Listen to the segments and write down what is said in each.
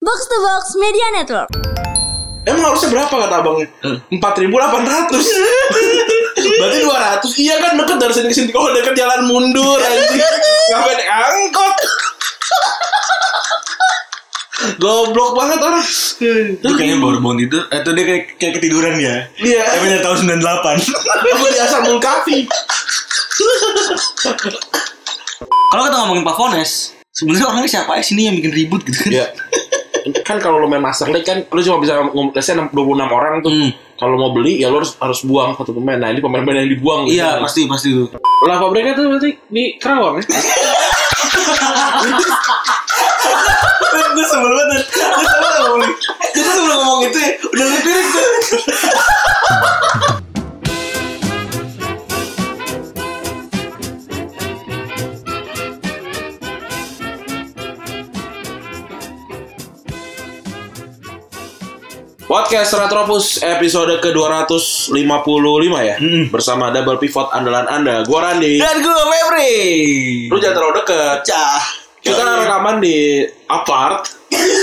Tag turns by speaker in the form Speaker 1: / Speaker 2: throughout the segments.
Speaker 1: Box to Box Media Network.
Speaker 2: Emang harusnya berapa kata abangnya? Empat ribu delapan ratus. Berarti dua ratus. Iya kan deket dari sini ke sini. Kalau deket jalan mundur anjing. Ngapain naik angkot? Goblok banget orang.
Speaker 3: Itu kayaknya Bourbon itu Atau Eh, dia kayak, kayak ketiduran ya
Speaker 2: Iya.
Speaker 3: Tapi dari tahun 98
Speaker 2: Aku di asal mulkafi.
Speaker 3: Kalau kita ngomongin Pavones sebenarnya orangnya siapa sih ini yang bikin ribut gitu kan
Speaker 2: Iya. kan kalau lu main Master League kan lu cuma bisa ngumpulin 26 orang tuh.
Speaker 3: Hmm.
Speaker 2: Kalau mau beli ya lu harus harus buang satu pemain. Nah, ini pemain-pemain yang dibuang Nah,
Speaker 3: Iya pasti pasti itu
Speaker 2: Lah pabriknya tuh berarti di Kerawang ya?
Speaker 3: Gue sebel banget Gue sebel ngomongin Kita sebelum ngomong itu ya Udah lipirik tuh
Speaker 2: Podcast Retropus episode ke-255 ya Bersama double pivot andalan anda Gua Randi
Speaker 3: Dan gue Febri
Speaker 2: Lu jangan terlalu deket
Speaker 3: Cah
Speaker 2: Kita rekaman di apart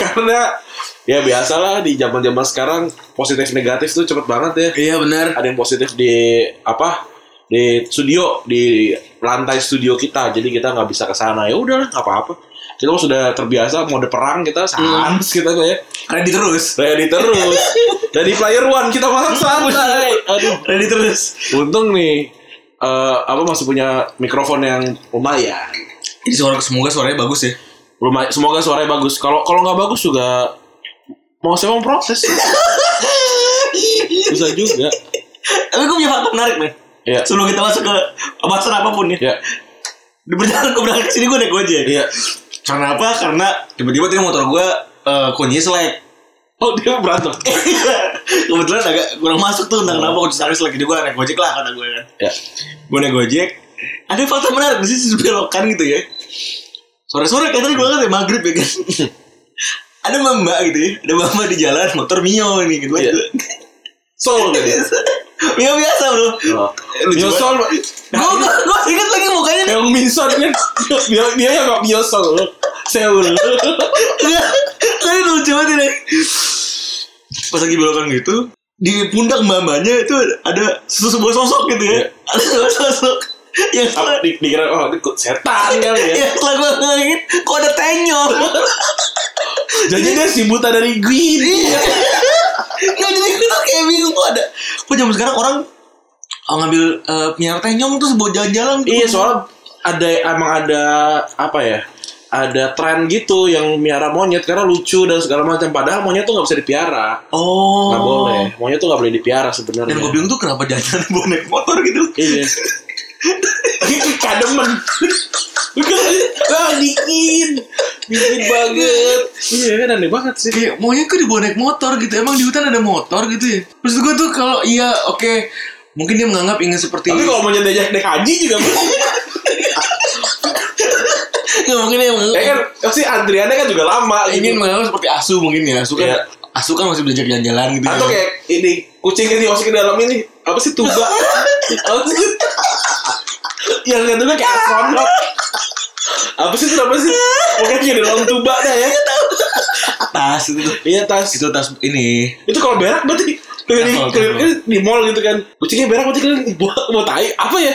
Speaker 2: Karena ya biasalah di zaman zaman sekarang Positif negatif tuh cepet banget ya
Speaker 3: Iya benar
Speaker 2: Ada yang positif di apa di studio di lantai studio kita jadi kita nggak bisa ke sana ya udah nggak apa-apa kita sudah terbiasa mode perang kita
Speaker 3: Mm.
Speaker 2: sans kita ya
Speaker 3: Ready terus
Speaker 2: Ready terus. Dari player one kita malah santai. Aduh.
Speaker 3: Ready terus
Speaker 2: Untung nih eh apa masih punya mikrofon yang lumayan.
Speaker 3: Jadi suara semoga suaranya bagus ya
Speaker 2: Lumayan semoga suaranya bagus. Kalau kalau nggak bagus juga mau saya mau proses. Bisa juga.
Speaker 3: Tapi gue punya fakta menarik nih
Speaker 2: Iya.
Speaker 3: Sebelum kita masuk ke Bahasan apapun ya
Speaker 2: Ya.
Speaker 3: Di berjalan ke berangkat kesini gue naik gojek
Speaker 2: Iya.
Speaker 3: Karena apa? Karena tiba-tiba tadi motor gue eh kuncinya selek.
Speaker 2: Oh dia berantem.
Speaker 3: Kebetulan agak kurang masuk tuh entah kenapa kunci servis lagi. Jadi gue naik gojek lah kata gue kan.
Speaker 2: Ya.
Speaker 3: Gue naik gojek. Ada fakta menarik di sisi belokan gitu ya. Sore-sore kayak tadi gue kan ya, maghrib ya kan. ada mbak gitu ya. Ada mbak di jalan motor Mio nih gitu.
Speaker 2: Iya. Soul gitu.
Speaker 3: Mio biasa bro.
Speaker 2: Oh.
Speaker 3: Lucu
Speaker 2: Mio Soul.
Speaker 3: Gue gue inget lagi mukanya
Speaker 2: Yang Minson kan. Dia dia yang nggak Mio Soul. Seul.
Speaker 3: Tadi lucu banget ini. Pas lagi belokan gitu, di pundak mamanya itu ada sesu- sebuah sosok gitu ya.
Speaker 2: Iya.
Speaker 3: Ada sebuah sosok yang
Speaker 2: Apa
Speaker 3: setelah
Speaker 2: di- dikira oh itu setan kali ya.
Speaker 3: yang setelah gue ngeliat, Iya, kok ada tenyol.
Speaker 2: Jadi dia si buta dari Guinea.
Speaker 3: Iya. Nggak jadi gue tuh kayak bingung kok ada. Kok zaman sekarang orang oh, ngambil eh, penyiar tenyong terus buat jalan-jalan. gitu.
Speaker 2: Iya soalnya ada emang ada apa ya? Ada tren gitu yang miara monyet karena lucu dan segala macam. Padahal monyet tuh nggak bisa dipiara,
Speaker 3: Oh.
Speaker 2: nggak boleh. Iya. Monyet tuh nggak boleh dipiara sebenarnya.
Speaker 3: Dan gue bingung tuh kenapa jalan bonek motor gitu.
Speaker 2: Iya. Kademen. Wah, dingin. Dingin banget. Iya kan aneh banget sih.
Speaker 3: kayak maunya kok di bonek motor gitu emang di hutan ada motor gitu ya terus gue tuh kalau iya oke mungkin dia menganggap ingin seperti
Speaker 2: Tapi kalau monyet diajak naik haji juga
Speaker 3: Nggak, mungkin dia menganggap,
Speaker 2: Ya kan pasti antriannya kan juga lama
Speaker 3: ingin
Speaker 2: gitu.
Speaker 3: menganggap seperti asu mungkin ya asu kan
Speaker 2: Iya.
Speaker 3: asu kan masih belajar jalan-jalan gitu
Speaker 2: Atau
Speaker 3: ya.
Speaker 2: kayak ini kucingnya dimasukin ke dalam ini apa sih tuba? apa sih? Yang jatuhnya kayak astronot. Apa sih itu apa sih? Pokoknya kayak di dalam tuba dah ya.
Speaker 3: tas itu tuh.
Speaker 2: Iya tas.
Speaker 3: itu tas ini
Speaker 2: Itu kalau berak berarti kalian di,
Speaker 3: Astronot.
Speaker 2: kalian kan di mall gitu kan. Kucingnya berak berarti kalian buat mau tai apa ya?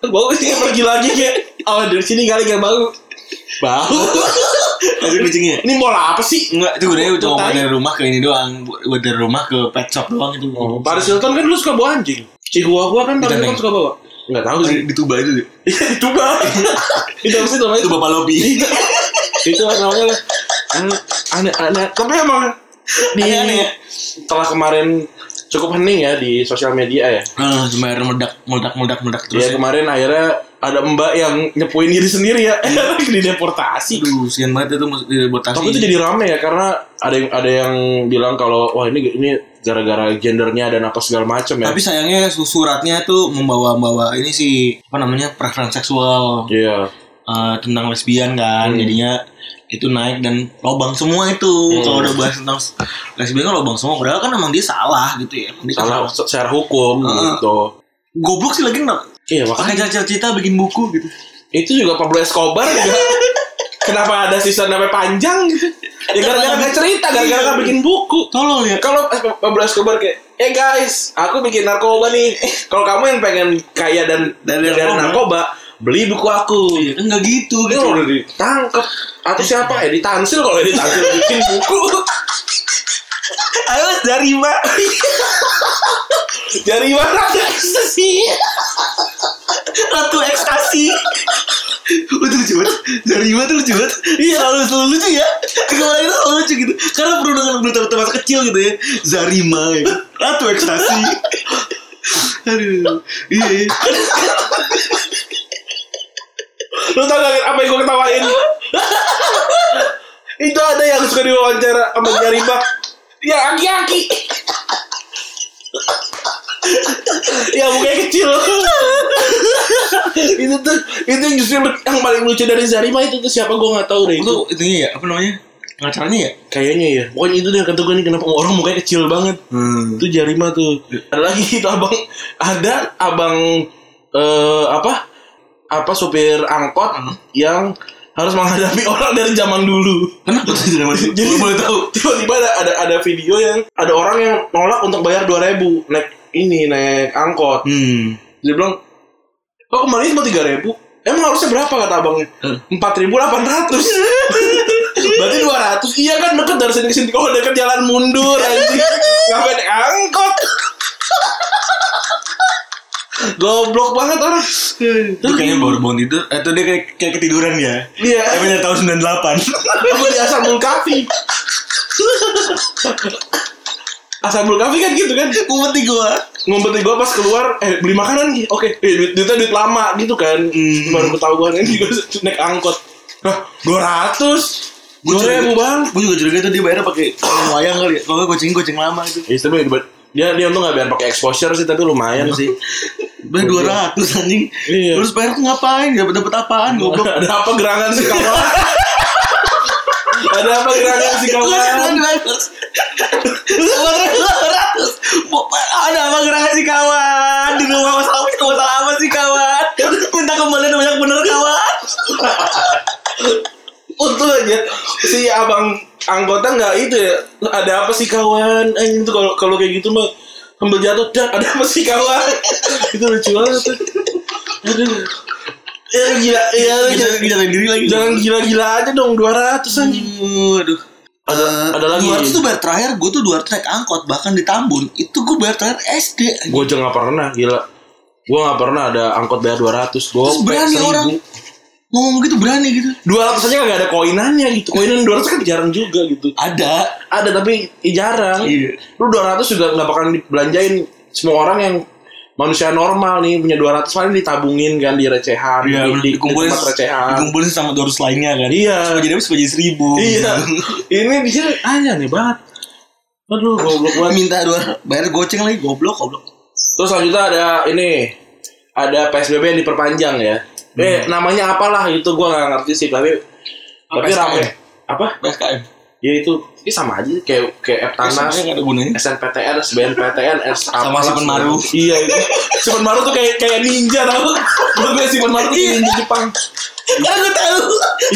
Speaker 2: Kan Bau kucingnya pergi lagi kayak oh dari sini kali gak bau. Bau.
Speaker 3: itu kucingnya
Speaker 2: Ini mall apa sih?
Speaker 3: Enggak, itu gue
Speaker 2: Mau
Speaker 3: cuma
Speaker 2: tai?
Speaker 3: dari rumah ke ini doang Buat dari rumah ke pet shop doang itu
Speaker 2: Paris Hilton kan dulu suka bawa anjing. Chihuahua kan Paris
Speaker 3: Ditenteng.
Speaker 2: Hilton suka bawa. Enggak tahu sih.
Speaker 3: Di, di tuba itu
Speaker 2: Iya, itu bang. itu apa sih namanya? Iya.
Speaker 3: Itu bapak lobi
Speaker 2: itu namanya lah. An- aneh aneh tapi emang di
Speaker 3: Aneh-aneh ya?
Speaker 2: setelah kemarin cukup hening ya di sosial media ya
Speaker 3: Ah, cuma air meledak meledak meledak meledak terus
Speaker 2: ya kemarin akhirnya ada mbak yang nyepuin diri sendiri ya di deportasi
Speaker 3: Aduh, sian banget itu mesti buat tas
Speaker 2: tapi itu
Speaker 3: ini.
Speaker 2: jadi rame ya karena ada yang ada yang bilang kalau wah ini ini gara-gara gendernya dan apa segala macam ya
Speaker 3: Tapi sayangnya su- suratnya itu membawa-bawa ini sih apa namanya preferensi seksual
Speaker 2: iya Hmm.
Speaker 3: eh, tentang lesbian kan, jadinya itu naik dan lobang semua itu
Speaker 2: Hmm.
Speaker 3: kalau udah bahas tentang s- lesbian kan lobang semua padahal kan emang dia salah gitu ya Dia
Speaker 2: salah
Speaker 3: kan
Speaker 2: secara hukum
Speaker 3: Heeh.
Speaker 2: gitu
Speaker 3: goblok sih lagi kenapa
Speaker 2: iya makanya
Speaker 3: pakai cerita-cerita bikin buku gitu
Speaker 2: itu juga Pablo Escobar juga Kenapa ada season namanya panjang gitu? Ya gara-gara nggak cerita, gara-gara nggak bikin buku.
Speaker 3: Tolol ya.
Speaker 2: Kalau eh, Pablo Escobar kayak, eh guys, aku bikin narkoba nih. Kalau kamu yang pengen kaya dan dari
Speaker 3: Narkoba.
Speaker 2: dari narkoba, beli buku aku.
Speaker 3: Iya kan nggak gitu
Speaker 2: Ini
Speaker 3: gitu.
Speaker 2: udah ditangkep atau siapa ya ditansil kalau ditansil bikin buku
Speaker 3: Ayo dari mak.
Speaker 2: dari mana
Speaker 3: Ekstasi. Ratu ekstasi. Itu lucu banget. Dari mak tuh lucu banget. Iya. Selalu selalu lucu ya. Kemarin itu selalu lucu gitu. Karena perlu dengan berita-berita masa kecil gitu ya. Zarima ya. kan. Ratu ekstasi. Aduh. Iya. iya.
Speaker 2: Lu tau gak apa yang gue ketawain? itu ada yang suka diwawancara sama Jarima. Ya aki-aki. ya mukanya kecil. itu tuh itu yang justru yang paling lucu dari Zarima itu tuh siapa gue nggak tahu deh itu.
Speaker 3: Itu itunya ya apa namanya? Pengacaranya ya?
Speaker 2: Kayaknya ya. Pokoknya itu deh kata gue nih kenapa orang mukanya kecil banget.
Speaker 3: Hmm.
Speaker 2: Itu Jarima tuh. Ada lagi itu abang ada abang eh apa? Apa sopir angkot yang harus menghadapi orang dari zaman dulu.
Speaker 3: Kenapa tuh dari mana?
Speaker 2: Jadi boleh tahu tiba-tiba ada, ada ada video yang ada orang yang nolak untuk bayar 2000 naik ini naik angkot.
Speaker 3: Hmm.
Speaker 2: Dia bilang, "Kok kemarin cuma 3000?" Emang harusnya berapa kata abangnya?
Speaker 3: Hmm.
Speaker 2: 4800. Berarti 200. Iya kan deket dari sini ke sini. Kalau deket jalan mundur anjing. Ngapain naik angkot? Goblok banget orang.
Speaker 3: Itu kayaknya baru bangun tidur Atau dia kayak, kayak ketiduran ya
Speaker 2: Iya.
Speaker 3: Tapi dari tahun 98
Speaker 2: Aku di Asambul Kafi. Asambul Kafi kan gitu kan.
Speaker 3: Kumpet nih gua
Speaker 2: ngumpet di gua pas keluar eh beli makanan nih oke eh, duit duitnya duit lama gitu kan
Speaker 3: Hmm.
Speaker 2: baru ketahuan ini gua naik angkot nah dua ratus dua ribu bang
Speaker 3: Gua juga curiga tuh dia bayar pakai kalung wayang kali ya Kalau nggak goceng-goceng lama gitu
Speaker 2: ya tapi dia dia untung nggak biar pakai exposure sih tapi lumayan sih
Speaker 3: Bayar 200 anjing
Speaker 2: Iya.
Speaker 3: Terus bayar tuh ngapain Dapat dapat apaan goblok
Speaker 2: ada apa gerangan si kawan ada apa gerangan si
Speaker 3: Gua
Speaker 2: kawan
Speaker 3: sekarang bayar. Gua bayar 200 Mau- Ada apa gerangan sih kawan Di rumah mas Alvis Kamu salah apa sih kawan Minta kembalian banyak bener kawan
Speaker 2: untung aja si abang anggota nggak itu ya ada apa sih kawan anjing tuh kalau kalau kayak gitu mah ambil jatuh dah ada apa sih kawan itu lucu banget tuh. aduh ya lu gila ya lu
Speaker 3: Kita
Speaker 2: gila.
Speaker 3: jatuhin diri lagi
Speaker 2: jangan gila-gila aja dong 200 anjing
Speaker 3: Uh, aduh.
Speaker 2: Ada- ada lagi.
Speaker 3: 200 Eh, tuh bayar terakhir gue tuh 200 naik angkot bahkan di Tambun itu gue bayar terakhir SD anjing.
Speaker 2: gue aja nggak pernah gila gue nggak pernah ada angkot bayar 200 gue
Speaker 3: terus berani orang ngomong gitu berani gitu
Speaker 2: 200 aja nggak ada koinannya gitu koinan 200 kan jarang juga gitu
Speaker 3: ada
Speaker 2: ada tapi ya jarang
Speaker 3: Iya.
Speaker 2: lu 200 juga nggak bakalan dibelanjain semua orang yang manusia normal nih punya 200 paling ditabungin kan di recehan di, di,
Speaker 3: Iya, dikumpulin
Speaker 2: tempat recehan
Speaker 3: dikumpulin sama 200 lainnya kan
Speaker 2: Iya.
Speaker 3: Supaya jadi habis jadi seribu gitu.
Speaker 2: iya ini di sini aneh nih banget aduh goblok banget
Speaker 3: minta dua bayar goceng lagi goblok goblok
Speaker 2: terus selanjutnya ada ini ada PSBB yang diperpanjang ya eh
Speaker 3: Hmm.
Speaker 2: namanya apalah itu gua nggak ngerti sih tapi tapi
Speaker 3: PSKM.
Speaker 2: rame apa
Speaker 3: PSKM
Speaker 2: ya itu ini sama aja kayak kayak
Speaker 3: tanah
Speaker 2: tanah
Speaker 3: nggak ada gunanya
Speaker 2: SNPTN, SBNPTN, S apalah,
Speaker 3: Sama Simpen Maru.
Speaker 2: segala- Iya itu. Simpen Maru tuh kayak kayak ninja tau. Menurut gue Simpen Maru tuh kayak ninja Jepang.
Speaker 3: karena gue tahu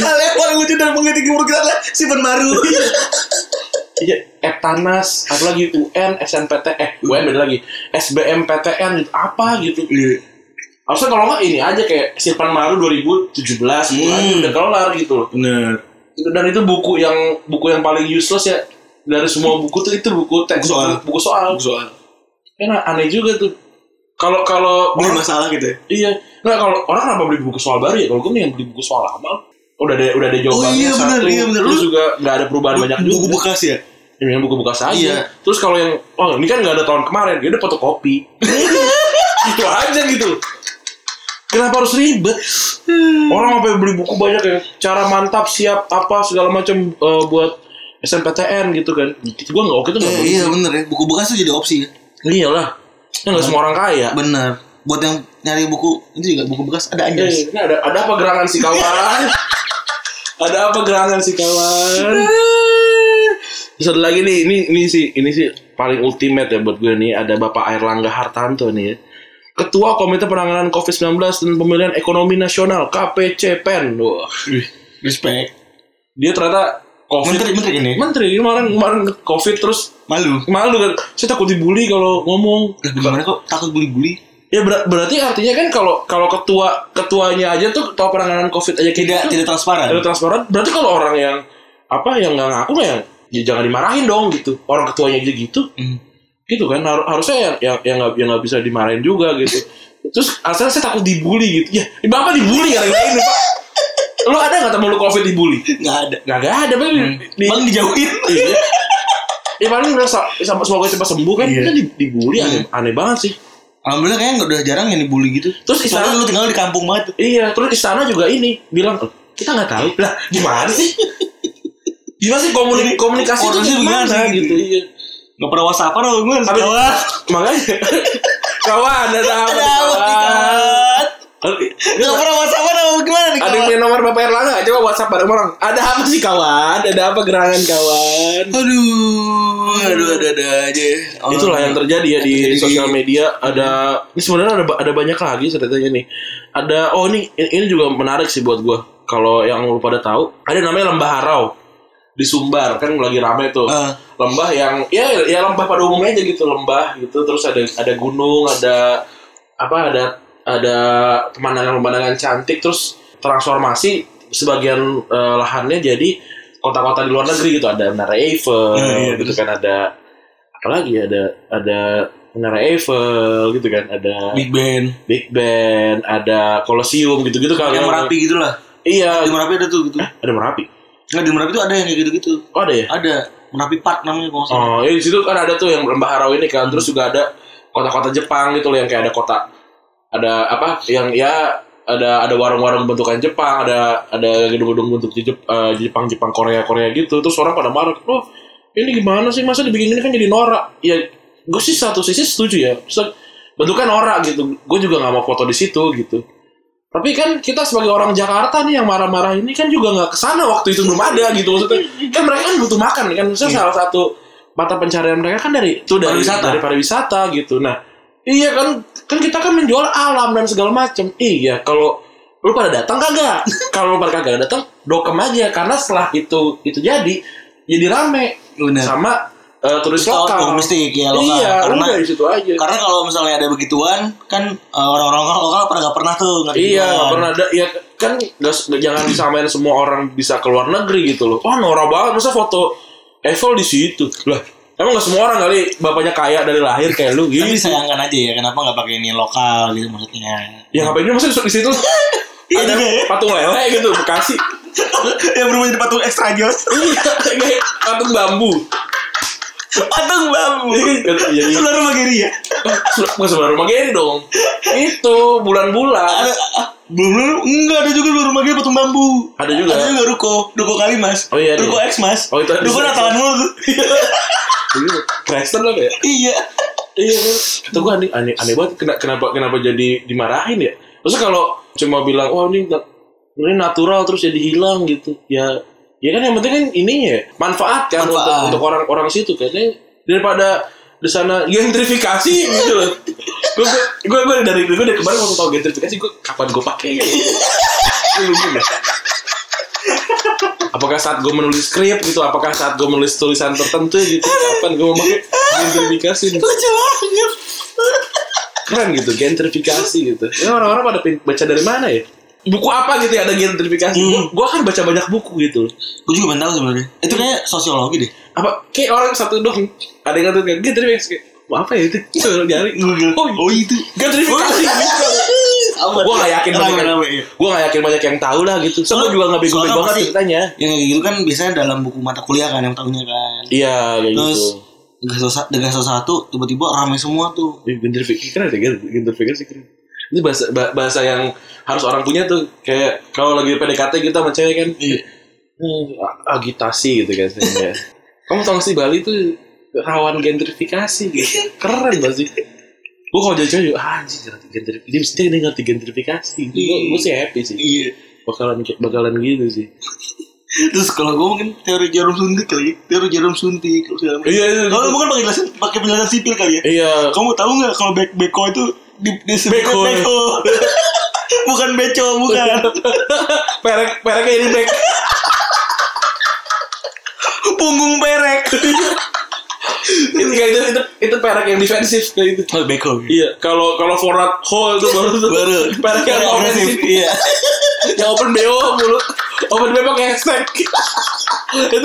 Speaker 3: kalian paling lucu dan mengganti umur kita adalah si Penmaru
Speaker 2: Iya, Eptanas, apalagi UN, SNPTN, eh UN beda lagi. SBMPTN gitu, apa gitu. Harusnya kalau nggak ini aja kayak Simpen Maru 2017 gitu aja
Speaker 3: Hmm.
Speaker 2: udah kelar gitu loh.
Speaker 3: bener
Speaker 2: Itu- Dan itu buku yang buku yang paling useless ya dari semua buku tuh itu buku teks
Speaker 3: Buku soal.
Speaker 2: buku soal.
Speaker 3: soal
Speaker 2: Enak aneh juga tuh. Kalau kalau
Speaker 3: beli masalah gitu ya
Speaker 2: Iya. Nggak kalau orang kenapa beli buku soal baru ya? Kalau gue mending beli buku soal lama. Udah ada udah ada jawabannya
Speaker 3: iya,
Speaker 2: satu.
Speaker 3: bener, iya, bener.
Speaker 2: Terus
Speaker 3: Lu-
Speaker 2: juga nggak ada perubahan banyak juga.
Speaker 3: buku bekas ya
Speaker 2: Ya, mendingan buku bekas aja.
Speaker 3: Iya.
Speaker 2: Terus kalau yang oh ini kan nggak ada tahun kemarin, ya udah fotokopi. itu aja gitu. Kenapa harus ribet? Orang sampai beli buku banyak ya. Cara mantap siap apa segala macam eh, buat SNPTN gitu kan. Gitu gua nggak oke tuh nggak
Speaker 3: Eh,
Speaker 2: beli.
Speaker 3: iya bener ya buku bekas tuh jadi opsi ya
Speaker 2: Iyalah. Ya nggak semua orang kaya.
Speaker 3: bener buat yang nyari buku itu juga buku bekas ada aja
Speaker 2: Eh, ini ada ada apa gerangan si kawan? ada apa gerangan si
Speaker 3: Nah.
Speaker 2: kawan? Terus ada lagi nih, ini ini sih ini sih paling ultimate ya buat gue nih ada Bapak Airlangga Hartanto nih ya. Ketua Komite Penanganan COVID-19 dan Pemilihan Ekonomi Nasional KPCPEN. Wah.
Speaker 3: Respect.
Speaker 2: Dia ternyata COVID.
Speaker 3: Menteri menteri ini.
Speaker 2: Menteri kemarin kemarin COVID terus
Speaker 3: Malu.
Speaker 2: malu kan. Saya takut dibully kalau ngomong.
Speaker 3: Eh, Gimana kok takut bully-bully?
Speaker 2: Ya ber- berarti artinya kan kalau kalau ketua ketuanya aja tuh ketua penanganan COVID aja kayak
Speaker 3: Tidak
Speaker 2: gitu,
Speaker 3: tidak transparan.
Speaker 2: tidak transparan. Berarti kalau orang yang apa yang nggak ngaku ya, ya jangan dimarahin dong gitu. Orang ketuanya aja gitu
Speaker 3: Hmm.
Speaker 2: gitu kan har- harusnya yang yang yang nggak yang nggak bisa dimarahin juga gitu terus asalnya saya takut dibully gitu ya ini bapak dibully hari ini pak lo ada nggak temen lo covid dibully
Speaker 3: Nggak ada.
Speaker 2: nggak nggak ada pak di,
Speaker 3: Paling Hmm. dijauhin.
Speaker 2: iya. ya paling udah sa- sama semoga cepat sembuh kan
Speaker 3: Iya.
Speaker 2: Kita di- dibully aneh, aneh banget sih
Speaker 3: Alhamdulillah kayaknya nggak udah jarang yang dibully gitu.
Speaker 2: Terus
Speaker 3: Soalnya
Speaker 2: istana-
Speaker 3: lu tinggal di kampung banget. tuh.
Speaker 2: iya terus istana juga ini bilang "Eh, kita nggak tahu lah gimana sih gimana sih komuni- komunikasi itu
Speaker 3: Koordinasi
Speaker 2: gimana
Speaker 3: gimana
Speaker 2: gitu,
Speaker 3: gitu.
Speaker 2: Iya.
Speaker 3: Nggak pernah whatsapp apa gue.
Speaker 2: Tapi-
Speaker 3: Kawan.
Speaker 2: makanya kawan ada apa
Speaker 3: Ada apa nih kawan?
Speaker 2: kawan
Speaker 3: Nggak pernah whatsapp apa gitu. gimana nih
Speaker 2: Ada yang
Speaker 3: kawan?
Speaker 2: punya nomor Bapak Erlangga Coba WhatsApp bareng orang Ada apa sih kawan? Ada apa gerangan kawan?
Speaker 3: Aduh, aduh, ada ada aja. Orang-
Speaker 2: Itulah yang terjadi ya di
Speaker 3: terjadi.
Speaker 2: sosial media ada ini sebenarnya ada ba- ada banyak lagi ceritanya nih. Ada oh ini ini juga menarik sih buat gua. Kalau yang lu pada tahu, ada namanya lembah harau di Sumbar kan lagi rame tuh.
Speaker 3: Eh,
Speaker 2: Lembah yang ya ya lembah pada umumnya aja gitu lembah gitu terus ada ada gunung, ada apa ada ada pemandangan-pemandangan cantik terus transformasi sebagian eh, lahannya jadi kota-kota di luar negeri gitu ada Menara Eiffel
Speaker 3: Iya, iya,
Speaker 2: gitu kan ada apalagi ada ada Menara Eiffel gitu kan ada
Speaker 3: Big Band.
Speaker 2: Big Ben ada Colosseum gitu-gitu kan
Speaker 3: Yang Merapi gitu lah.
Speaker 2: iya
Speaker 3: Di Merapi ada tuh gitu.
Speaker 2: ada Merapi
Speaker 3: Nggak di Merapi tuh ada yang kayak gitu-gitu.
Speaker 2: oh ada ya
Speaker 3: Ada Merapi Park namanya kalau nggak salah.
Speaker 2: Oh, ya di situ kan ada tuh yang Lembah Harau ini kan, terus juga ada kota-kota Jepang gitu loh yang kayak ada kota ada apa yang ya ada ada warung-warung bentukan Jepang, ada ada gedung-gedung bentuk Jep- eh, Jepang, Jepang, Korea, Korea gitu. Terus orang pada marah, "Oh, ini gimana sih? Masa dibikin ini kan jadi norak?" Ya, gue sih satu sisi setuju ya. Se- Bentukan norak gitu. Gue juga nggak mau foto di situ gitu. Tapi kan kita sebagai orang Jakarta nih yang marah-marah ini kan juga nggak kesana waktu itu belum ada gitu maksudnya. Kan mereka kan butuh makan kan. Maksudnya
Speaker 3: Iya.
Speaker 2: salah satu mata pencarian mereka kan dari itu dari
Speaker 3: Pariwisata.
Speaker 2: dari pariwisata gitu. Nah, iya kan kan kita kan menjual alam dan segala macam. Iya, kalau lu pada datang kagak? kalau lu pada kagak datang, dokem aja karena setelah itu itu jadi jadi rame
Speaker 3: Benar.
Speaker 2: sama eh, turis
Speaker 3: Lokal,
Speaker 2: lokal.
Speaker 3: domestik ya lokal.
Speaker 2: Iya, lu
Speaker 3: karena
Speaker 2: dari situ aja.
Speaker 3: karena kalau misalnya ada begituan kan eh, orang-orang lokal, lokal pada nggak pernah tuh ngerti
Speaker 2: Iya,
Speaker 3: gimana.
Speaker 2: nggak pernah ada. Ya kan nggak- nggak- jangan disamain semua orang bisa ke luar negeri gitu loh. Wah norak banget masa foto Eiffel di situ. Lah, emang nggak semua orang kali bapaknya kaya dari lahir kayak lu
Speaker 3: Tapi
Speaker 2: gitu.
Speaker 3: disayangkan aja ya kenapa nggak pakai ini lokal gitu maksudnya.
Speaker 2: Ya ngapain juga masa di situ?
Speaker 3: Iya
Speaker 2: ada
Speaker 3: juga ya.
Speaker 2: patung lele gitu Bekasi.
Speaker 3: yang berubah jadi patung ekstra jos.
Speaker 2: Iya, kayak patung bambu.
Speaker 3: patung bambu.
Speaker 2: Iya, iya.
Speaker 3: Seluruh Mageria.
Speaker 2: Nggak sebelah rumah Gary dong. Itu bulan-bulan.
Speaker 3: Ada ah, belum belum enggak ada juga di rumah gue patung bambu.
Speaker 2: Ada juga.
Speaker 3: Ada juga ruko, ruko kali mas.
Speaker 2: Oh, iya, ada.
Speaker 3: Ruko X mas.
Speaker 2: Oh, itu ada.
Speaker 3: Ruko Natalan mulu. tuh.
Speaker 2: Kristen lah ya.
Speaker 3: iya.
Speaker 2: Iya, kan? itu gua aneh, aneh, aneh banget Kena- kenapa kenapa jadi dimarahin ya. Terus kalau cuma bilang wah ini na- ini natural terus jadi hilang gitu. Ya ya kan yang penting kan ininya ya, manfaat kan untuk-
Speaker 3: Manfaat.
Speaker 2: untuk orang-orang situ kan. Ini daripada di sana gentrifikasi gitu loh. Gue gue gue dari gue dari kemarin waktu tau gentrifikasi gue kapan gue pakai ya? Gua lupa deh. Apakah saat gue menulis skrip gitu? Apakah saat gue menulis tulisan tertentu gitu? Kapan gue mau pakai gentrifikasi? nih?
Speaker 3: Lucu banget.
Speaker 2: keren gitu gentrifikasi gitu ya orang-orang pada pin- baca dari mana ya buku apa gitu ya ada gentrifikasi Gua gue kan baca banyak buku gitu
Speaker 3: Gue juga bentar sebenarnya. Itu kayak sosiologi deh.
Speaker 2: apa kayak orang satu dong ada yang ngatain gentrifikasi Kayak, mau apa ya itu Suruh nyari
Speaker 3: Google.
Speaker 2: oh, iya.
Speaker 3: Oh itu.
Speaker 2: gentrifikasi gue gak yakin
Speaker 3: Rame,
Speaker 2: banyak
Speaker 3: rame, iya.
Speaker 2: gue gak yakin banyak yang tahu lah gitu so gue juga gak
Speaker 3: Soalnya
Speaker 2: bego-bego banget
Speaker 3: pasti-
Speaker 2: ceritanya
Speaker 3: Yang kayak gitu kan biasanya dalam buku mata kuliah kan yang tahunya kan.
Speaker 2: iya kayak
Speaker 3: Terus
Speaker 2: gitu
Speaker 3: Degas Sosa- Degas satu tiba-tiba rame semua tuh.
Speaker 2: Ih, gentrifikasi keren ya gen- gentrifikasi keren ini bahasa bah- bahasa yang harus orang punya tuh kayak kalau lagi PDKT kita sama cewek kan Hmm, agitasi gitu kan sebenarnya. Kamu tau gak sih Bali tuh rawan gentrifikasi gitu. Keren gak sih? Gue kalau jadi cewek juga, ah anjing ngerti gentrifikasi. Dia mesti dia ngerti gentrifikasi. Gitu. Gue gue sih happy sih.
Speaker 3: Iya.
Speaker 2: Bakalan bakalan gitu sih.
Speaker 3: Terus kalau gue mungkin teori jarum suntik kali, ya. teori jarum suntik terus segala macam.
Speaker 2: Iya, iya,
Speaker 3: Kalau
Speaker 2: iya.
Speaker 3: mungkin pakai jelasin pakai penjelasan sipil kali ya.
Speaker 2: Iya.
Speaker 3: Kamu tahu nggak kalau back beko itu di, di
Speaker 2: Beko.
Speaker 3: beko. bukan beco, bukan.
Speaker 2: Perek, pereknya ini back.
Speaker 3: Punggung perek.
Speaker 2: itu, kayak itu, itu, itu perek yang defensif kayak gitu. itu.
Speaker 3: Oh, beko.
Speaker 2: Iya, kalau kalau forward hole itu baru tuh.
Speaker 3: Baru.
Speaker 2: Perek yang ofensif.
Speaker 3: Iya.
Speaker 2: yang open BO mulu. Open BO pakai hashtag. itu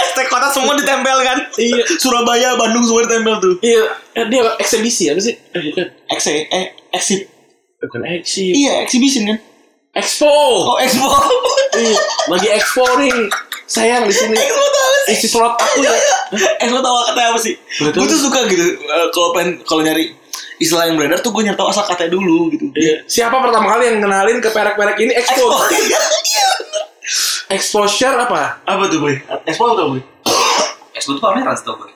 Speaker 3: Hashtag kota semua ditempel kan.
Speaker 2: iya.
Speaker 3: Surabaya, Bandung semua ditempel tuh.
Speaker 2: Iya, eh, dia eksibisi apa sih? Eh, bukan. eh,
Speaker 3: Exe, eh, exhib.
Speaker 2: Bukan eksib.
Speaker 3: Iya, exhibition kan.
Speaker 2: Expo.
Speaker 3: Oh, expo.
Speaker 2: Iya, lagi expo nih. Sayang di sini.
Speaker 3: expo tuh apa sih?
Speaker 2: Isi slot aku ya.
Speaker 3: Eh lo tau kata apa sih?
Speaker 2: Betul.
Speaker 3: Gue tuh suka gitu eh, kalau pengen kalau nyari istilah yang beredar tuh gue nyari tau asal katanya dulu gitu.
Speaker 2: Iya. Siapa pertama kali yang kenalin ke perek-perek ini
Speaker 3: Expo.
Speaker 2: expo?
Speaker 3: Iya.
Speaker 2: Exposure apa?
Speaker 3: apa tuh boy? Expo apa tuh boy?
Speaker 1: Expo itu pameran setahu gue.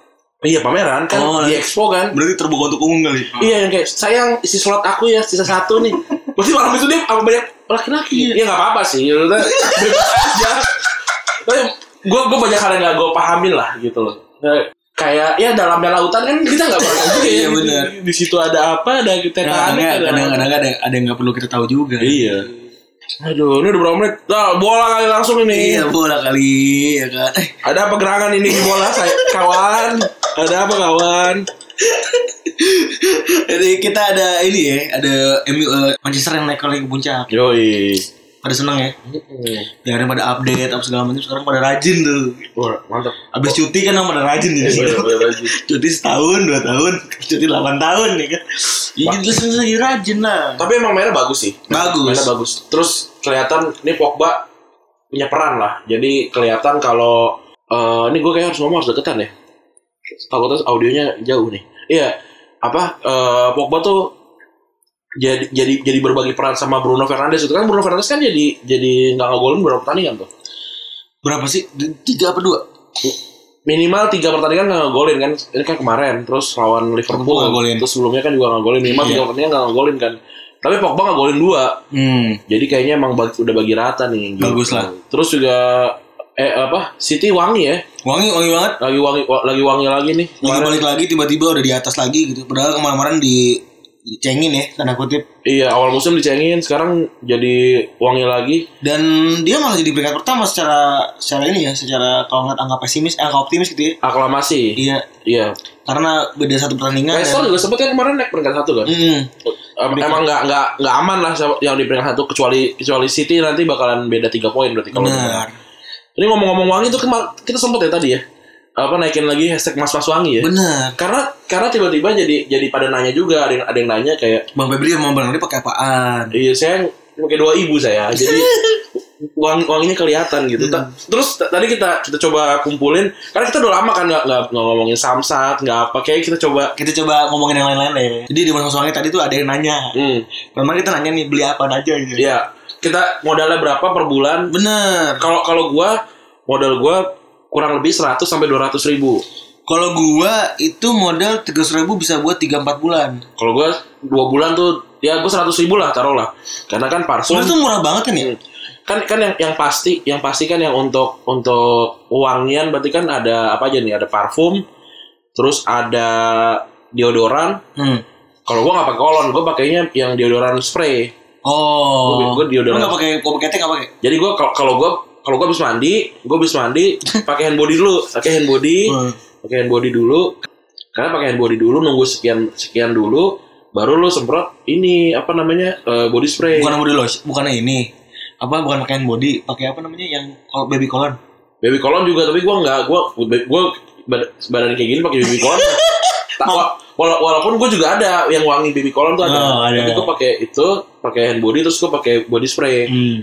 Speaker 2: Iya pameran kan
Speaker 3: Oh,
Speaker 2: di
Speaker 3: nanti.
Speaker 2: expo kan.
Speaker 3: Berarti terbuka untuk umum kali.
Speaker 2: Iya yang kayak sayang isi slot aku ya sisa satu nih. Berarti malam itu dia apa banyak
Speaker 3: Iya.
Speaker 2: laki-laki? Ya nggak apa-apa sih. Maksudnya bebas aja. Tapi gue gue banyak hal yang nggak gue pahamin lah gitu loh. Nah, Kayak ya dalamnya lautan kan kita nggak pernah tahu juga ya.
Speaker 3: Iya, benar.
Speaker 2: Di, di situ ada apa? Ada gitu kan. kita
Speaker 3: Nah, enggak, kadang-kadang ada ada yang nggak perlu kita tahu juga.
Speaker 2: Iya. Aduh, ini udah berapa menit? Nah, bola kali langsung ini.
Speaker 3: Iya bola kali ya kan. Eh,
Speaker 2: Ada apa gerangan ini di bola saya? Kawan, ada apa kawan?
Speaker 3: Jadi kita ada ini ya, ada MU eh, Manchester yang naik kali ke puncak.
Speaker 2: Yoi.
Speaker 3: Pada seneng ya. Yang ada pada update apa segala macam sekarang pada rajin tuh.
Speaker 2: Wah, mantap. Iya,
Speaker 3: Abis cuti kan orang pada rajin jadi. cuti setahun dua tahun cuti delapan tahun ya kan ya
Speaker 2: Wah.
Speaker 3: jelas lagi rajin lah
Speaker 2: Tapi emang mainnya bagus sih.
Speaker 3: bagus
Speaker 2: Mainnya bagus. Terus kelihatan ini Pogba punya peran lah. Jadi kelihatan kalau eh, ini gue kayak harus ngomong harus deketan ya. Takutnya audionya jauh nih. Iya. Apa eh, Pogba tuh jadi jadi jadi berbagi peran sama Bruno Fernandes itu kan Bruno Fernandes kan jadi jadi nggak ngegolin berapa pertandingan tuh
Speaker 3: berapa sih D- tiga apa dua
Speaker 2: minimal tiga pertandingan nggak ngegolin kan ini kan kemarin terus lawan Liverpool
Speaker 3: Liverpool nggak golin.
Speaker 2: terus sebelumnya kan juga nggak ngegolin minimal
Speaker 3: Iya.
Speaker 2: tiga pertandingan nggak ngegolin kan tapi Pogba nggak golin dua
Speaker 3: hmm
Speaker 2: jadi kayaknya emang bag- udah bagi rata nih
Speaker 3: Bagus lah.
Speaker 2: terus juga eh apa City wangi ya
Speaker 3: wangi wangi banget
Speaker 2: lagi wangi wa- lagi wangi lagi nih
Speaker 3: lagi balik lagi tiba-tiba udah di atas lagi gitu padahal kemarin-kemarin di dicengin ya tanda kutip
Speaker 2: iya awal musim dicengin sekarang jadi wangi lagi
Speaker 3: dan dia malah jadi peringkat pertama secara secara ini ya secara kalau ngeliat angka pesimis eh, angka optimis gitu ya
Speaker 2: aklamasi
Speaker 3: iya
Speaker 2: iya
Speaker 3: karena beda satu pertandingan ya.
Speaker 2: Leicester juga sempet kan kemarin naik peringkat satu kan
Speaker 3: hmm
Speaker 2: Em- emang nggak nggak nggak aman lah sama- yang di peringkat satu kecuali kecuali City nanti bakalan beda tiga poin berarti kalau
Speaker 3: benar
Speaker 2: Ini ngomong-ngomong wangi tuh kemar- kita sempet ya tadi ya. Apa naikin lagi hashtag mas mas wangi ya.
Speaker 3: benar
Speaker 2: Karena karena tiba-tiba jadi jadi pada nanya juga ada yang ada yang nanya kayak
Speaker 3: bang Febri sama bang Nuri pakai apaan
Speaker 2: iya saya pakai dua ibu saya jadi wangi wanginya kelihatan gitu. Ta- Terus t- tadi kita kita coba kumpulin karena kita udah lama kan nggak nggak nggak ngomongin samsat nggak apa kayak kita coba
Speaker 3: kita coba ngomongin yang lain-lain deh. Jadi di Mas Wangi tadi tuh ada yang nanya.
Speaker 2: hmm,
Speaker 3: Pertama kita nanya nih beli apa aja gitu.
Speaker 2: ya kita modalnya berapa per bulan
Speaker 3: Bener.
Speaker 2: kalau kalau gua modal gua kurang lebih 100 sampai 200 ribu
Speaker 3: Kalau gua itu modal 300 ribu bisa buat 3-4 bulan.
Speaker 2: kalau gua dua bulan tuh ya gua 100 ribu lah taruh lah karena kan parfum
Speaker 3: Sebenarnya tuh murah banget kan ya?
Speaker 2: kan kan yang yang pasti yang pasti kan yang untuk untuk wangian berarti kan ada apa aja nih ada parfum terus ada deodoran
Speaker 3: Hmm.
Speaker 2: kalau gua nggak pakai kolon gua pakainya yang deodoran spray
Speaker 3: Oh.
Speaker 2: Gua- gua deodoran.
Speaker 3: Lu nggak pakai gua pakai tank nggak pakai?
Speaker 2: jadi gua kalau kalau gua kalau gua habis mandi gua habis mandi pakai hand body dulu pakai hand body
Speaker 3: Hmm.
Speaker 2: pakai hand body dulu karena pakai hand body dulu nunggu sekian sekian dulu baru lu semprot ini apa namanya eh, body spray
Speaker 3: Bukan body lotion, bukan ini. Apa bukan pakaian body, pakai apa namanya yang kol- baby colon?
Speaker 2: baby colon juga tapi gua nggak gua gua bad- badan kayak gini pakai baby colon Tak- wa- wala- walaupun gua juga ada yang wangi baby colon tuh ada,
Speaker 3: Oh, ada.
Speaker 2: tapi gua pakai itu pakai hand body terus gua pakai body spray
Speaker 3: Hmm.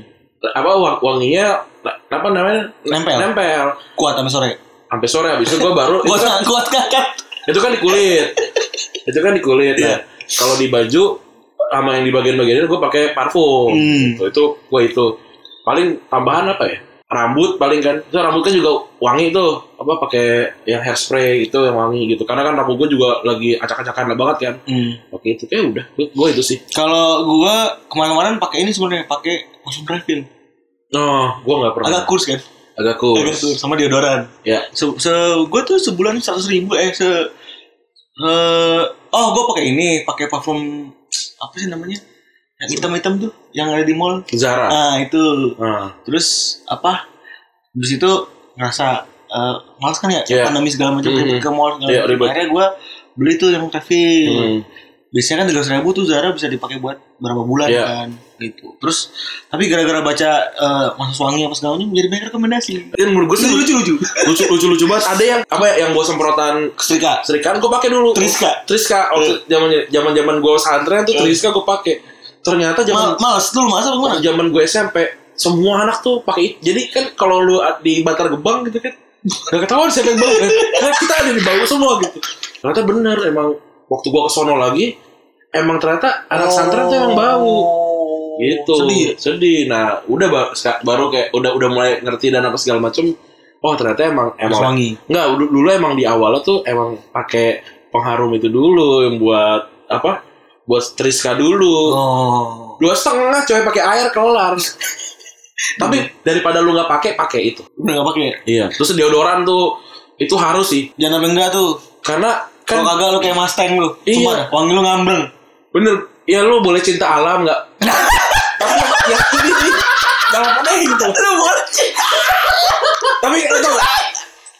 Speaker 2: apa wang- wanginya apa namanya
Speaker 3: Nempel.
Speaker 2: nempel
Speaker 3: Kuat sampai sore.
Speaker 2: sampai sore habis itu gua baru
Speaker 3: Kuat nggak? kuat nggak kan?
Speaker 2: itu kan di kulit itu kan di kulit
Speaker 3: Iya.
Speaker 2: nah, kalau di baju sama yang di bagian-bagian gue pakai parfum
Speaker 3: Hmm.
Speaker 2: Gitu. itu gue itu paling tambahan apa ya rambut paling kan itu rambut kan juga wangi tuh apa pakai yang hairspray gitu yang wangi gitu karena kan rambut gue juga lagi acak-acakan banget kan
Speaker 3: Hmm.
Speaker 2: oke itu kayak udah gue itu sih
Speaker 3: Kalau gua kemarin-kemarin pakai ini sebenarnya pakai lotion refill.
Speaker 2: oh gue nggak pernah
Speaker 3: Agak kurs kan?
Speaker 2: agak cool
Speaker 3: Agak kurs sama deodoran.
Speaker 2: ya
Speaker 3: se, se gue tuh sebulan seratus ribu eh se eh, oh gue pakai ini pakai parfum apa sih namanya hitam-hitam tuh yang ada di mall
Speaker 2: Zara.
Speaker 3: nah itu
Speaker 2: Ah.
Speaker 3: terus apa Terus itu ngerasa eh, males kan ya
Speaker 2: Iya.
Speaker 3: pandemi segala macam
Speaker 2: Mm-mm.
Speaker 3: ribet ke mall segala
Speaker 2: Iya,
Speaker 3: macam.
Speaker 2: ribet.
Speaker 3: akhirnya gue beli tuh yang refill
Speaker 2: Hmm.
Speaker 3: biasanya kan tiga ribu tuh Zara bisa dipakai buat berapa bulan
Speaker 2: Iya.
Speaker 3: kan gitu terus tapi gara-gara baca eh, masa suami apa segala macam jadi banyak rekomendasi
Speaker 2: Dan menurut gue sih lucu
Speaker 3: lucu
Speaker 2: lucu lucu, lucu banget. Ada yang apa ya, yang gue semprotan
Speaker 3: setrika
Speaker 2: Serikan gue kan pakai dulu.
Speaker 3: Triska. Eh.
Speaker 2: Triska. Waktu zaman zaman zaman gue santren tuh
Speaker 3: Hmm.
Speaker 2: Triska gue pakai. Ternyata
Speaker 3: Mal,
Speaker 2: zaman
Speaker 3: males lu males apa gimana
Speaker 2: waktu zaman gue SMP semua anak tuh pakai itu. Jadi kan kalau lu di Bantar Gebang gitu kan gak ketahuan siapa yang bau kan. Karena kita ada di bau semua gitu. Ternyata bener emang waktu gue ke sono lagi emang ternyata anak santren tuh emang bau gitu
Speaker 3: Oh. sedih ya?
Speaker 2: sedih nah udah ba- ska- baru kayak udah udah mulai ngerti dan apa segala macem oh ternyata emang emang
Speaker 3: wangi.
Speaker 2: nggak du- dulu emang di awalnya tuh emang pakai pengharum itu dulu yang buat apa buat triska dulu
Speaker 3: oh
Speaker 2: dua setengah coy pakai air kelar tapi
Speaker 3: Iya.
Speaker 2: daripada lu nggak pakai pakai itu
Speaker 3: udah gak pakai ya?
Speaker 2: iya terus deodoran tuh itu harus sih
Speaker 3: jangan sampai enggak tuh
Speaker 2: karena
Speaker 3: kalau
Speaker 2: kan
Speaker 3: kagak lu kayak Mustang lu
Speaker 2: Iya.
Speaker 3: Sumpah dah, wangi lu ngambreng
Speaker 2: bener ya lu boleh cinta alam nggak tapi yang ini nih, jangan penehin tuh
Speaker 3: lu boleh
Speaker 2: tapi lu tau gak?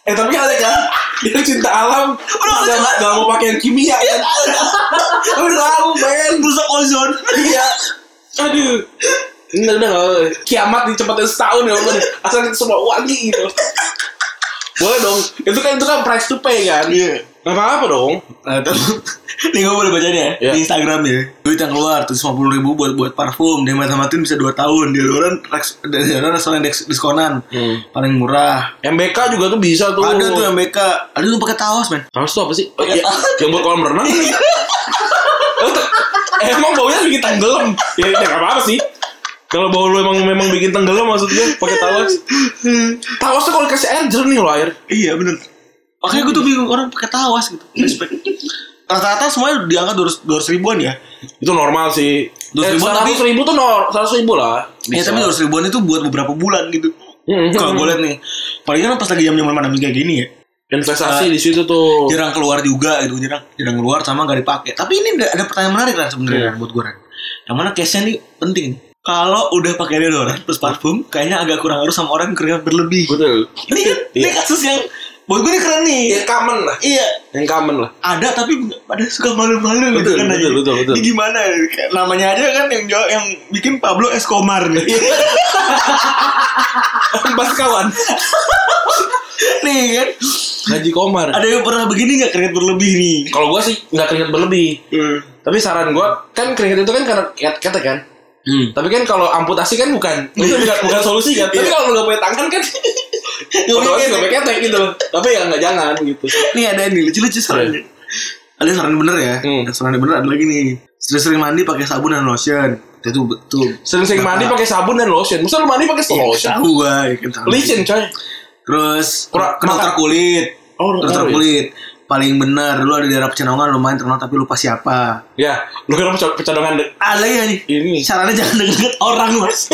Speaker 2: eh tapi ada kan dia cinta alam terus gak, gak mau pakai yang kimia
Speaker 3: Iya,
Speaker 2: kan tapi tahu men
Speaker 3: rusak ozon
Speaker 2: iya aduh Enggak, udah gak boleh. Kiamat dicepetin setahun ya Allah. Asal kita semua wangi gitu Boleh dong Itu kan itu kan price to pay kan
Speaker 3: iya
Speaker 2: Gak apa-apa dong
Speaker 3: Nah, tapi- nih gue boleh baca nih ya,
Speaker 2: Iya.
Speaker 3: di Instagram ya. Duit yang keluar 750 ribu buat buat parfum, dia matematin bisa 2 tahun, deodoran reks- deodoran restoran deks- diskonan.
Speaker 2: Hmm.
Speaker 3: Paling murah.
Speaker 2: MBK juga tuh bisa tuh
Speaker 3: Hmm. Ada tuh MBK, ada tuh pakai taos, men.
Speaker 2: Kaos tuh apa sih? Oh, iya. Yang buat kolam renang Eh, Emang baunya bikin tenggelam Ya, ya gak apa-apa sih kalau bau lu emang memang bikin tenggelam maksudnya pakai tawas. Tawas tuh kalau kasih air jernih loh air.
Speaker 3: iya, bener. Makanya gue tuh bingung orang pakai taos gitu. Respect. Rata-rata semuanya diangkat 200, 200 ribuan ya.
Speaker 2: Itu normal sih.
Speaker 3: Dua
Speaker 2: Eh,
Speaker 3: ribu, tapi-
Speaker 2: seratus ribu tuh nor, seratus ribu lah.
Speaker 3: Ya tapi 200 ribuan itu buat beberapa bulan gitu.
Speaker 2: Mm-mm.
Speaker 3: Kalau gue liat nih, palingan pas lagi zaman-zaman pandemi kayak gini ya.
Speaker 2: investasi di situ tuh.
Speaker 3: jarang keluar juga gitu jarang jarang keluar sama gak dipakai tapi ini ada ada pertanyaan menarik kan sebenarnya Ran, buat gue Ran. yang mana case nya nih penting kalau udah pakai deodoran plus parfum kayaknya agak kurang harus sama orang yang keringat berlebih
Speaker 2: Betul.
Speaker 3: ini kan ini
Speaker 2: Iya.
Speaker 3: kasus yang buat gue ini keren nih
Speaker 2: Yang common lah.
Speaker 3: iya
Speaker 2: Yang common lah.
Speaker 3: ada tapi pada suka malu-malu gitu
Speaker 2: Betul,
Speaker 3: kan
Speaker 2: betul,
Speaker 3: aja.
Speaker 2: betul, betul.
Speaker 3: ini gimana ya? Kayak namanya aja kan yang jawab yang bikin Pablo Escobar nih
Speaker 2: Mas kawan.
Speaker 3: nih kan
Speaker 2: Haji Komar.
Speaker 3: ada yang pernah begini nggak keringat berlebih nih
Speaker 2: Kalau gua sih nggak keringat berlebih.
Speaker 3: hmm.
Speaker 2: Tapi saran gua kan keringat itu kan karena keringat kata kan. Tapi kan kalau amputasi kan bukan
Speaker 3: Iya.
Speaker 2: itu bukan, bukan solusi kan. Tapi kalau lu nggak punya tangan kan
Speaker 3: Iya,
Speaker 2: otomatis nggak pakai ketek gitu. Tapi ya nggak jangan gitu.
Speaker 3: Nih ada nih lucu-lucu sarannya. Ada saran bener ya.
Speaker 2: Iya. Hmm.
Speaker 3: Yang Saran bener ada lagi nih. Sering-sering mandi pakai sabun dan lotion. Itu betul.
Speaker 2: Sering-sering
Speaker 3: Nah.
Speaker 2: mandi pakai sabun dan lotion. Masa lu mandi
Speaker 3: Iya,
Speaker 2: pakai lotion?
Speaker 3: Tahu gua ya kan tahu.
Speaker 2: Licin coy.
Speaker 3: Terus
Speaker 2: Kurang-
Speaker 3: ke dokter
Speaker 2: kurang-
Speaker 3: kulit.
Speaker 2: Oh,
Speaker 3: Ke dokter
Speaker 2: dokter ya?
Speaker 3: kulit. Paling benar lu ada di daerah Pecenongan lumayan terkenal tapi lupa siapa.
Speaker 2: Ya, lu kan pecah pecadongan de-
Speaker 3: Ada lagi nggak nih.
Speaker 2: ini.
Speaker 3: Sarannya jangan deket orang mas.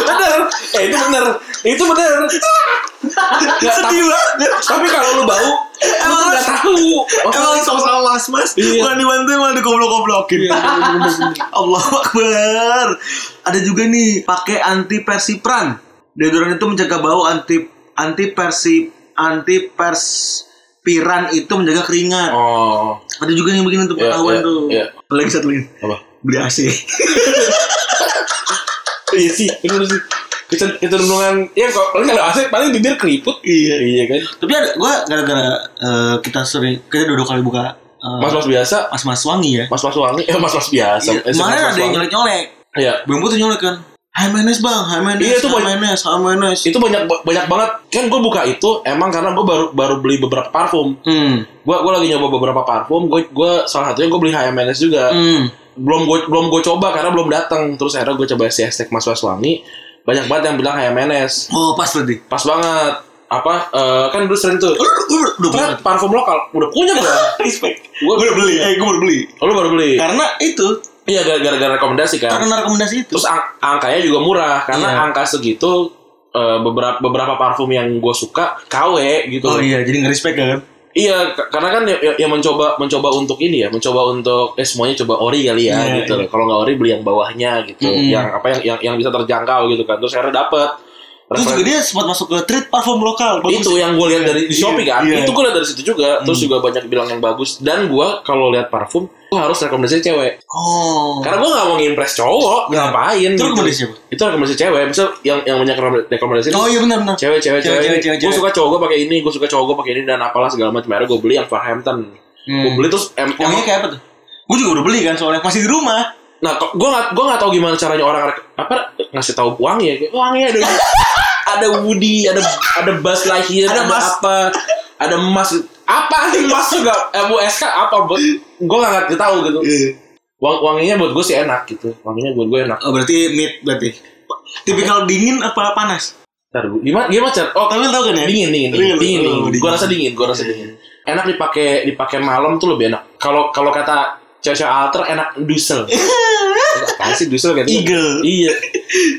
Speaker 2: bener eh itu bener itu bener Nggak,
Speaker 3: Sedih banget.
Speaker 2: tapi, tapi kalau lu bau
Speaker 3: Emang
Speaker 2: emang nggak
Speaker 3: harus-
Speaker 2: tahu Oh.
Speaker 3: Emang sama-sama mas mas
Speaker 2: Iya.
Speaker 3: Bukan dibantuin malah dikoblok-koblokin
Speaker 2: Iya, bener, bener,
Speaker 3: Allah Akbar Ada juga nih pakai antipersipran Deodoran itu mencegah bau anti antipersi antiperspiran itu menjaga keringat.
Speaker 2: oh
Speaker 3: Ada juga yang begini untuk
Speaker 2: Iya,
Speaker 3: pengetahuan
Speaker 2: iya,
Speaker 3: tuh.
Speaker 2: iya.
Speaker 3: Apa Lagi satu lagi
Speaker 2: apa
Speaker 3: beli AC.
Speaker 2: iya sih bener sih Kecer- kecenderungan ya kok paling kalau asik paling bibir keriput
Speaker 3: iya.
Speaker 2: iya kan
Speaker 3: Tapi ada gue gara-gara eh, kita sering kita dua kali buka eh,
Speaker 2: mas mas biasa
Speaker 3: mas mas wangi ya.
Speaker 2: mas mas wangi eh mas mas biasa
Speaker 3: Iya,
Speaker 2: Eh, mas-mas
Speaker 3: Kemarin ada yang
Speaker 2: wangi.
Speaker 3: nyolek-nyolek.
Speaker 2: iya
Speaker 3: Bang tuh nyolek kan Hai manis bang, hai manis,
Speaker 2: Iya, itu
Speaker 3: hai
Speaker 2: banyak-
Speaker 3: manis, hai manis
Speaker 2: itu banyak ba- banyak banget kan gue buka itu emang karena gue baru baru beli beberapa parfum
Speaker 3: Hmm,
Speaker 2: gue gue lagi nyoba beberapa parfum gue gue salah satunya gue beli HMNS juga
Speaker 3: hmm
Speaker 2: belum gue belum gue coba karena belum datang terus akhirnya gue coba si hashtag Mas Waswangi banyak banget yang bilang HMNS
Speaker 3: Oh pas berarti
Speaker 2: pas banget apa eh, kan dulu sering tuh
Speaker 3: Lu udah- udah- udah
Speaker 2: ternyata parfum lokal udah punya gue
Speaker 3: Respect
Speaker 2: Gua-
Speaker 3: Gue udah beli, eh gue udah beli
Speaker 2: lo baru beli
Speaker 3: Karena itu,
Speaker 2: iya gara- gara-gara rekomendasi kan
Speaker 3: karena rekomendasi itu
Speaker 2: terus ang- angkanya juga murah karena
Speaker 3: Iya.
Speaker 2: angka segitu eh, beberapa beberapa parfum yang gue suka KW gitu
Speaker 3: iya. Oh iya, jadi nge-respect kan
Speaker 2: Iya, k- karena kan ya- ya- yang mencoba mencoba untuk ini ya, mencoba untuk eh semuanya coba ori kali ya
Speaker 3: Iya,
Speaker 2: gitu.
Speaker 3: iya.
Speaker 2: Kalau nggak ori beli yang bawahnya gitu,
Speaker 3: Mm-mm.
Speaker 2: yang apa yang, yang yang bisa terjangkau gitu kan. Terus akhirnya dapet
Speaker 3: Terus juga dia sempat masuk ke treat parfum lokal. Bagus.
Speaker 2: itu yang gue lihat dari di
Speaker 3: Iya,
Speaker 2: Shopee kan
Speaker 3: iya. Mm.
Speaker 2: itu gue lihat dari situ juga terus juga banyak bilang yang bagus dan gue kalau lihat parfum gue harus rekomendasi cewek
Speaker 3: Oh. Iya.
Speaker 2: karena gue nggak mau ngimpress cowok ngapain
Speaker 3: Itu
Speaker 2: gitu.
Speaker 3: rekomendasi siapa?
Speaker 2: itu rekomendasi cewek misal yang yang banyak rekomendasi
Speaker 3: Oh iya benar benar.
Speaker 2: cewek cewek
Speaker 3: Cewek, cewek,
Speaker 2: cewek,
Speaker 3: cewek,
Speaker 2: gue
Speaker 3: cewek.
Speaker 2: suka cowok gue pakai ini gue suka cowok gue pakai ini dan apalah segala macam akhirnya gue beli yang Farhampton gue beli terus em,
Speaker 3: Hmm. Emangnya
Speaker 2: emang-
Speaker 3: kayak apa tuh? Gue juga udah beli kan soalnya masih di rumah.
Speaker 2: nah gue nggak gue nggak tahu gimana caranya orang rek- apa ngasih tahu wangi ya kayak wangi ada ada Woody ada ada Buzz Lightyear
Speaker 3: Ada
Speaker 2: ada,
Speaker 3: Mas.
Speaker 2: apa ada Mas apa sih Mas juga eh, Bu SK apa buat gue nggak ngerti tahu gitu
Speaker 3: Iya.
Speaker 2: Wang, wanginya buat gue sih enak gitu wanginya buat gue enak
Speaker 3: Oh, berarti mid berarti. Tipikal dingin apa panas?
Speaker 2: Ntar, dulu. gimana gimana cara oh
Speaker 3: Tapi lu tau kan ya?
Speaker 2: dingin dingin dingin,
Speaker 3: Dingin,
Speaker 2: dingin,
Speaker 3: oh, dingin.
Speaker 2: gue rasa dingin gue rasa dingin enak dipakai dipakai malam tuh lebih enak kalau kalau kata Caca Alter enak dusel Apaan sih dusel kayak gitu?
Speaker 3: Eagle.
Speaker 2: iya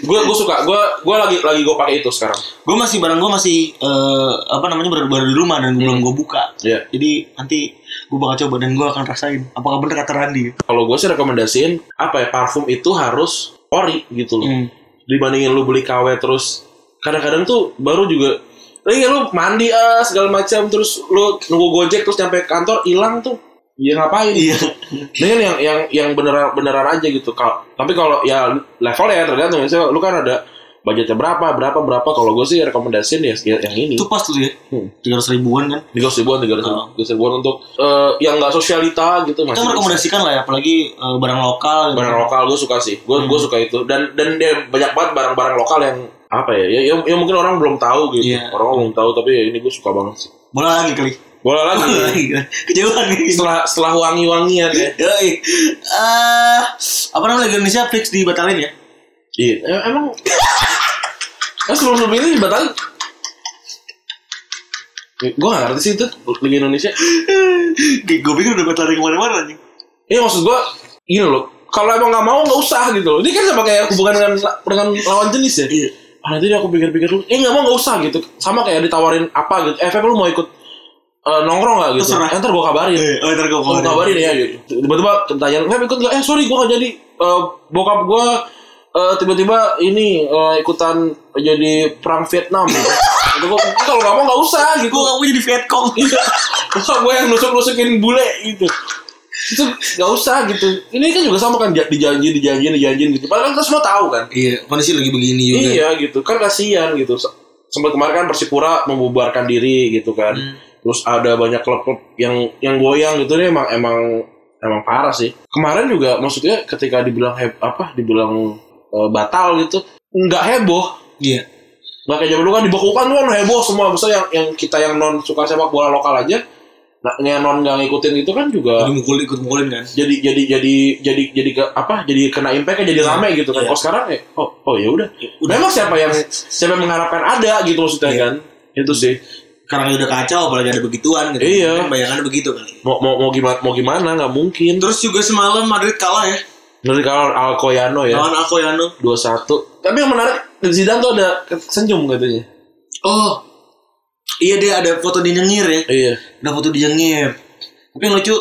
Speaker 2: gue gue suka gue gue lagi lagi gue pakai itu sekarang
Speaker 3: Gue masih barang gue masih eh, apa namanya baru baru di rumah dan belum gue buka.
Speaker 2: Iya.
Speaker 3: Jadi nanti gue bakal coba dan gue akan rasain apakah bener kata Randi.
Speaker 2: kalau gue sih rekomendasiin apa ya parfum itu harus ori gitu loh
Speaker 3: Hmm.
Speaker 2: dibandingin lu beli KW terus kadang-kadang tuh baru juga lagi lu mandi ah segala macam terus lu nunggu gojek terus nyampe kantor hilang tuh ya ngapain
Speaker 3: Iya.
Speaker 2: Mendingan Nah, yang yang yang beneran beneran aja gitu. Kalau tapi kalau ya levelnya ya tergantung. Misalnya lu kan ada budgetnya berapa, berapa, berapa. Kalau gue sih rekomendasiin ya ya yang ini.
Speaker 3: Itu pas tuh ya.
Speaker 2: Hmm.
Speaker 3: Tiga ribuan kan.
Speaker 2: Tiga ratus ribuan, tiga
Speaker 3: Oh.
Speaker 2: ratus ribuan untuk eh, yang nggak sosialita gitu
Speaker 3: Kita
Speaker 2: masih. bisa.
Speaker 3: merekomendasikan lah ya, apalagi eh, barang lokal. gitu.
Speaker 2: Barang lokal gue suka sih. Gue
Speaker 3: Hmm.
Speaker 2: gue suka itu. Dan dan dia banyak banget barang-barang lokal yang apa ya? Ya, ya, ya mungkin orang belum tahu gitu.
Speaker 3: Iya.
Speaker 2: Orang belum tahu tapi ya ini gue suka banget sih.
Speaker 3: Bola lagi kali.
Speaker 2: Bola
Speaker 3: Bola
Speaker 2: lagi.
Speaker 3: lagi. Kejauhan nih.
Speaker 2: setelah setelah wangi-wangian ya.
Speaker 3: Yoi. Eh, apa namanya Liga Indonesia fix dibatalin ya?
Speaker 2: Iya, em- emang kan sebelum sebelum ini batal. Gue gak ngerti sih itu Liga Indonesia.
Speaker 3: gue pikir udah batalin kemana-mana anjing.
Speaker 2: Iya maksud gue, gini loh. Kalau emang gak mau gak usah gitu loh. Ini kan sama kayak hubungan dengan dengan lawan jenis ya.
Speaker 3: Iya.
Speaker 2: Ah, nanti aku pikir-pikir dulu. Eh gak mau gak usah gitu. Sama kayak ditawarin apa gitu. Eh Feb lu mau ikut eh, nongkrong gak gitu?
Speaker 3: Terserah.
Speaker 2: Eh, Ntar gue kabarin.
Speaker 3: Eh, oh, ntar gue
Speaker 2: Gue kabarin ya gitu. Tiba-tiba tanya, Feb ikut gak? Eh sorry gue gak jadi. Eh, bokap gue eh, tiba-tiba ini eh, ikutan jadi perang Vietnam. Itu gue kalau nggak mau nggak usah gitu.
Speaker 3: Gue gak mau jadi Vietcong.
Speaker 2: Bokap gue yang nusuk-nusukin bule gitu. Itu nggak usah gitu. Ini kan juga sama kan dijanji dijanjiin dijanjiin gitu. Padahal kan kita semua tahu kan.
Speaker 3: Iya, kondisi lagi begini
Speaker 2: Iya gitu. Kan kasihan gitu. Se- Sempat kemarin kan Persipura membubarkan diri gitu kan. Terus ada banyak klub-klub yang yang goyang gitu nih emang emang emang parah sih. Kemarin juga maksudnya ketika dibilang heb, apa dibilang eh, batal gitu nggak heboh
Speaker 3: Iya.
Speaker 2: Nggak kayak zaman dulu kan dibekukan kan heboh semua. Maksudnya yang, yang kita yang non suka sepak bola lokal aja, nah, yang non nggak ngikutin itu kan juga
Speaker 3: Lagi mukul ikut mukulin kan.
Speaker 2: jadi jadi jadi jadi jadi ke- apa? Jadi kena impact jadi rame gitu kan.
Speaker 3: Iya.
Speaker 2: Oh sekarang ya, oh oh ya udah.
Speaker 3: udah.
Speaker 2: Memang siapa yang siapa yang mengharapkan ada gitu maksudnya
Speaker 3: Iya.
Speaker 2: kan? Itu sih.
Speaker 3: Karena udah kacau apalagi ada begituan gitu.
Speaker 2: Iya.
Speaker 3: Kan Bayangannya begitu kali.
Speaker 2: Mau mau, mau gimana mau gimana nggak mungkin.
Speaker 3: Terus juga semalam Madrid kalah ya.
Speaker 2: Dari kalau Alcoyano ya
Speaker 3: Lawan Alcoyano.
Speaker 2: 21. Tapi yang menarik Zidane tuh ada senyum katanya.
Speaker 3: Oh. Iya dia ada foto di nyengir ya.
Speaker 2: Iya.
Speaker 3: Ada foto di nyengir. Tapi yang lucu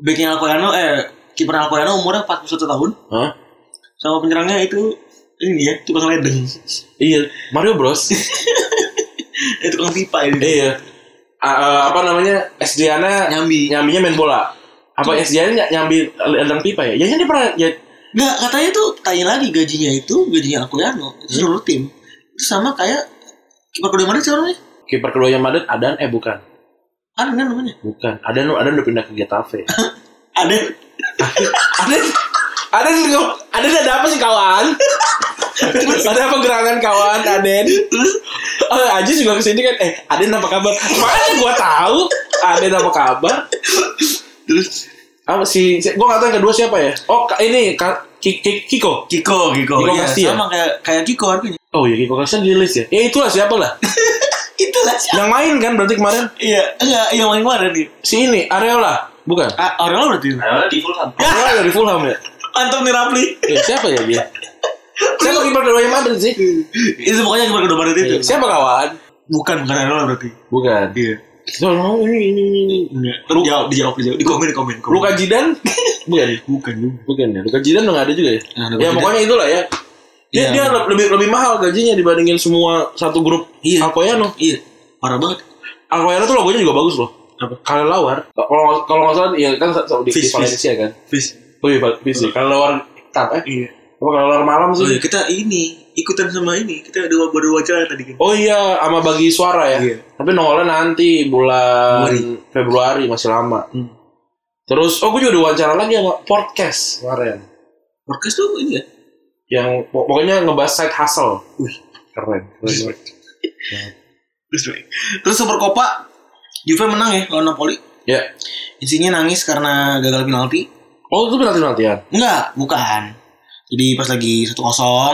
Speaker 3: backnya Alcoyano eh kiper Alcoyano umurnya 41 tahun
Speaker 2: Hah?
Speaker 3: sama penyerangnya itu ini ya tukang ledeng.
Speaker 2: Iya, Mario Bros.
Speaker 3: eh tukang pipa ini.
Speaker 2: Iya. A- eh, apa namanya? SDN-nya
Speaker 3: Nyambi.
Speaker 2: nyambinya main bola. Apa SDN-nya nyambi ledang pipa ya? Ya ya, dia pernah ya
Speaker 3: Nggak, katanya tuh tanya lagi gajinya itu gajinya Alcoyano itu seluruh tim itu sama kayak kiper kedua mana sih orangnya?
Speaker 2: kiper keduanya Madrid Adan eh bukan.
Speaker 3: Ada kan namanya?
Speaker 2: Bukan. Adan Adan udah pindah ke Getafe.
Speaker 3: Ada.
Speaker 2: Adan Adan Adan ada apa sih kawan? ada apa gerangan kawan Aden?
Speaker 3: Terus
Speaker 2: Oh, Ajis juga kesini kan. Eh, Aden apa kabar? Mana gua tahu Aden apa kabar?
Speaker 3: terus
Speaker 2: Apa si, si gua nggak tahu yang kedua siapa ya? Oh, ka- ini Ka- Ki- Ki- Kiko.
Speaker 3: Kiko, Kiko,
Speaker 2: Kiko
Speaker 3: Iya,
Speaker 2: pasti ya?
Speaker 3: sama kayak kayak Kiko harganya.
Speaker 2: Oh iya Kiko Kasian di list ya? Ya itulah siapa lah.
Speaker 3: Itulah sih.
Speaker 2: Yang main kan berarti kemarin
Speaker 3: Iya, enggak, yang main kemarin nih.
Speaker 2: si ini Areola, bukan?
Speaker 3: Ah, Orang lo berarti.
Speaker 1: Padahal di Fulham.
Speaker 2: Areola dari Fulham ya.
Speaker 3: Anthony Rapli.
Speaker 2: Eh, siapa ya dia? Siapa kiper keduanya Madrid sih? Iya.
Speaker 3: itu pokoknya kiper kedua Madrid itu.
Speaker 2: Siapa kawan?
Speaker 3: Bukan bukan Areola berarti.
Speaker 2: Bukan.
Speaker 3: Iya.
Speaker 2: Kita mau ini ini ini ini. Enggak. Lu,
Speaker 3: Dijawab, dijawab, dijawab. Di komen, di komen. komen.
Speaker 2: Luka Jidan bukan
Speaker 3: bukan lu.
Speaker 2: bukan ya. Luka Jidan nggak ada juga ya.
Speaker 3: Nah,
Speaker 2: ya pokoknya itulah ya. Dia,
Speaker 3: Iya.
Speaker 2: dia le- lebih lebih mahal gajinya dibandingin semua satu grup
Speaker 3: Iya.
Speaker 2: Alkoyano.
Speaker 3: iya, parah banget.
Speaker 2: Alkoyano tuh logonya juga bagus loh.
Speaker 3: Apa?
Speaker 2: Kalelawar. Kalau kalau nggak salah ya kan sa- sa- di, di
Speaker 3: Fish,
Speaker 2: Valencia kan.
Speaker 3: Fish.
Speaker 2: Oh iya Val- Fish. ya. Kalelawar hitam eh.
Speaker 3: Iya.
Speaker 2: Apa kalelawar malam
Speaker 3: Oh,
Speaker 2: sih?
Speaker 3: iya, kita ini ikutan sama ini. Kita ada wawancara wawancara tadi kan.
Speaker 2: Oh iya, sama bagi suara ya.
Speaker 3: Iya.
Speaker 2: Tapi nongolnya nanti bulan
Speaker 3: Februari.
Speaker 2: Februari masih lama.
Speaker 3: Hmm.
Speaker 2: Terus, oh gue juga diwawancara lagi sama podcast kemarin.
Speaker 3: Podcast tuh ini ya.
Speaker 2: Yang pok- pokoknya ngebahas side hustle. Wih, keren. keren.
Speaker 3: Terus baik. Terus Super Copa Juve menang ya lawan Napoli.
Speaker 2: ya.
Speaker 3: Insinya nangis karena gagal penalti.
Speaker 2: Oh itu penalti penaltian.
Speaker 3: Enggak, bukan. Jadi pas lagi 1-0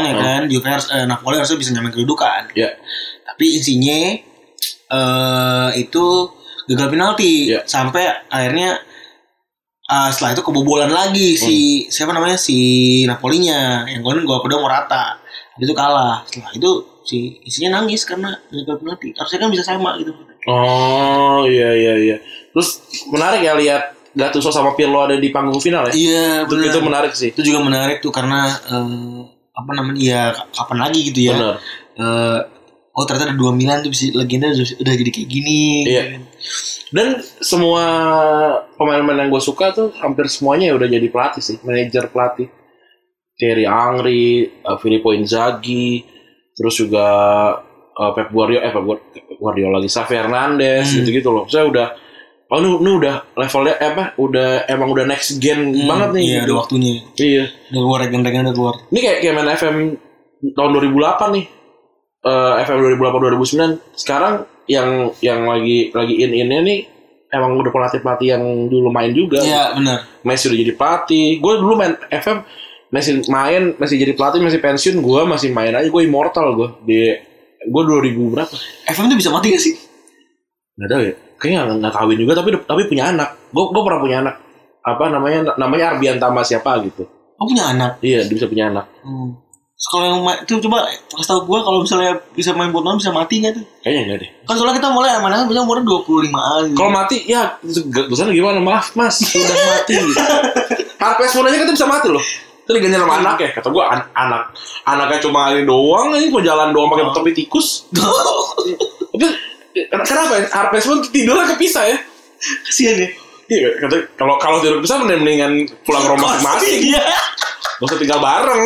Speaker 3: ya
Speaker 2: Hmm.
Speaker 3: kan, Juve harus, eh, Napoli harusnya bisa nyamain kedudukan.
Speaker 2: Ya.
Speaker 3: Tapi Insinya eh itu gagal penalti
Speaker 2: Ya.
Speaker 3: sampai akhirnya eh, setelah itu kebobolan lagi si siapa namanya si Napolinya yang golin gua pedang Morata. Habis itu kalah. Setelah itu si Insinya nangis karena gagal penalti. Harusnya kan bisa sama gitu.
Speaker 2: Oh iya iya iya. Terus menarik ya lihat Gattuso sama Pirlo ada di panggung final ya.
Speaker 3: Iya,
Speaker 2: Itu,
Speaker 3: benar.
Speaker 2: itu menarik sih.
Speaker 3: itu juga menarik tuh karena eh, apa namanya ya kapan lagi gitu ya
Speaker 2: Bener.
Speaker 3: Eh, oh ternyata ada dua Milan tuh bisa legenda udah udah jadi kayak gini Hmm.
Speaker 2: Iya. Dan semua pemain-pemain yang gue suka tuh hampir semuanya ya udah jadi pelatih sih, manajer pelatih. Thierry Angri, eh, Filippo Inzaghi, terus juga eh, Pep Guardiola, eh Pep Guar- Pep Guardiola lagi, Xavi Hernandez,
Speaker 3: Hmm.
Speaker 2: gitu-gitu loh. Saya udah, oh ini, ini udah levelnya eh, apa? Udah emang udah next gen
Speaker 3: Hmm,
Speaker 2: banget nih.
Speaker 3: iya
Speaker 2: gitu.
Speaker 3: ada waktunya
Speaker 2: Iya.
Speaker 3: udah keluar regen-regen udah keluar
Speaker 2: Ini kayak kayak main FM tahun 2008 nih. Eh, FM 2008 2009. Sekarang yang yang lagi lagi in innya nih emang udah pelatih-pelatih yang dulu main juga.
Speaker 3: iya benar
Speaker 2: Messi udah jadi pelatih. Gue dulu main FM masih main, masih jadi pelatih, masih pensiun. Gue masih main aja. Gue immortal gue di gue 2000 berapa?
Speaker 3: FM tuh bisa mati gak sih
Speaker 2: Gak tahu ya. Kayaknya nggak- nggak kawin juga tapi tapi punya anak. Gue gue pernah punya anak. Apa namanya? Namanya Arbian Tama siapa gitu.
Speaker 3: oh punya anak
Speaker 2: Iya, dia bisa punya anak.
Speaker 3: hmm. Terus kalau yang ma- tuh coba kasih tau gue kalau misalnya bisa main bola bisa mati gak tuh
Speaker 2: Kayaknya enggak deh.
Speaker 3: kan soalnya kita mulai anak-anak bisa umurnya 25an gitu.
Speaker 2: Kalau mati ya dosen gimana? Maaf mas, sudah mati. Gitu. Harvest Moon aja kita kan bisa mati loh. Terus diganti sama anak ya. Kata gue an- anak anaknya cuma ini doang ini mau jalan doang pakai topi tikus. Tapi eh, kenapa ya? Harvest Moon tidurnya kepisah ya?
Speaker 3: kasihan ya
Speaker 2: Iya, kata kalau kalau tidur kepisah mending- mendingan pulang ke rumah masing-masing.
Speaker 3: iya
Speaker 2: Gak usah tinggal bareng.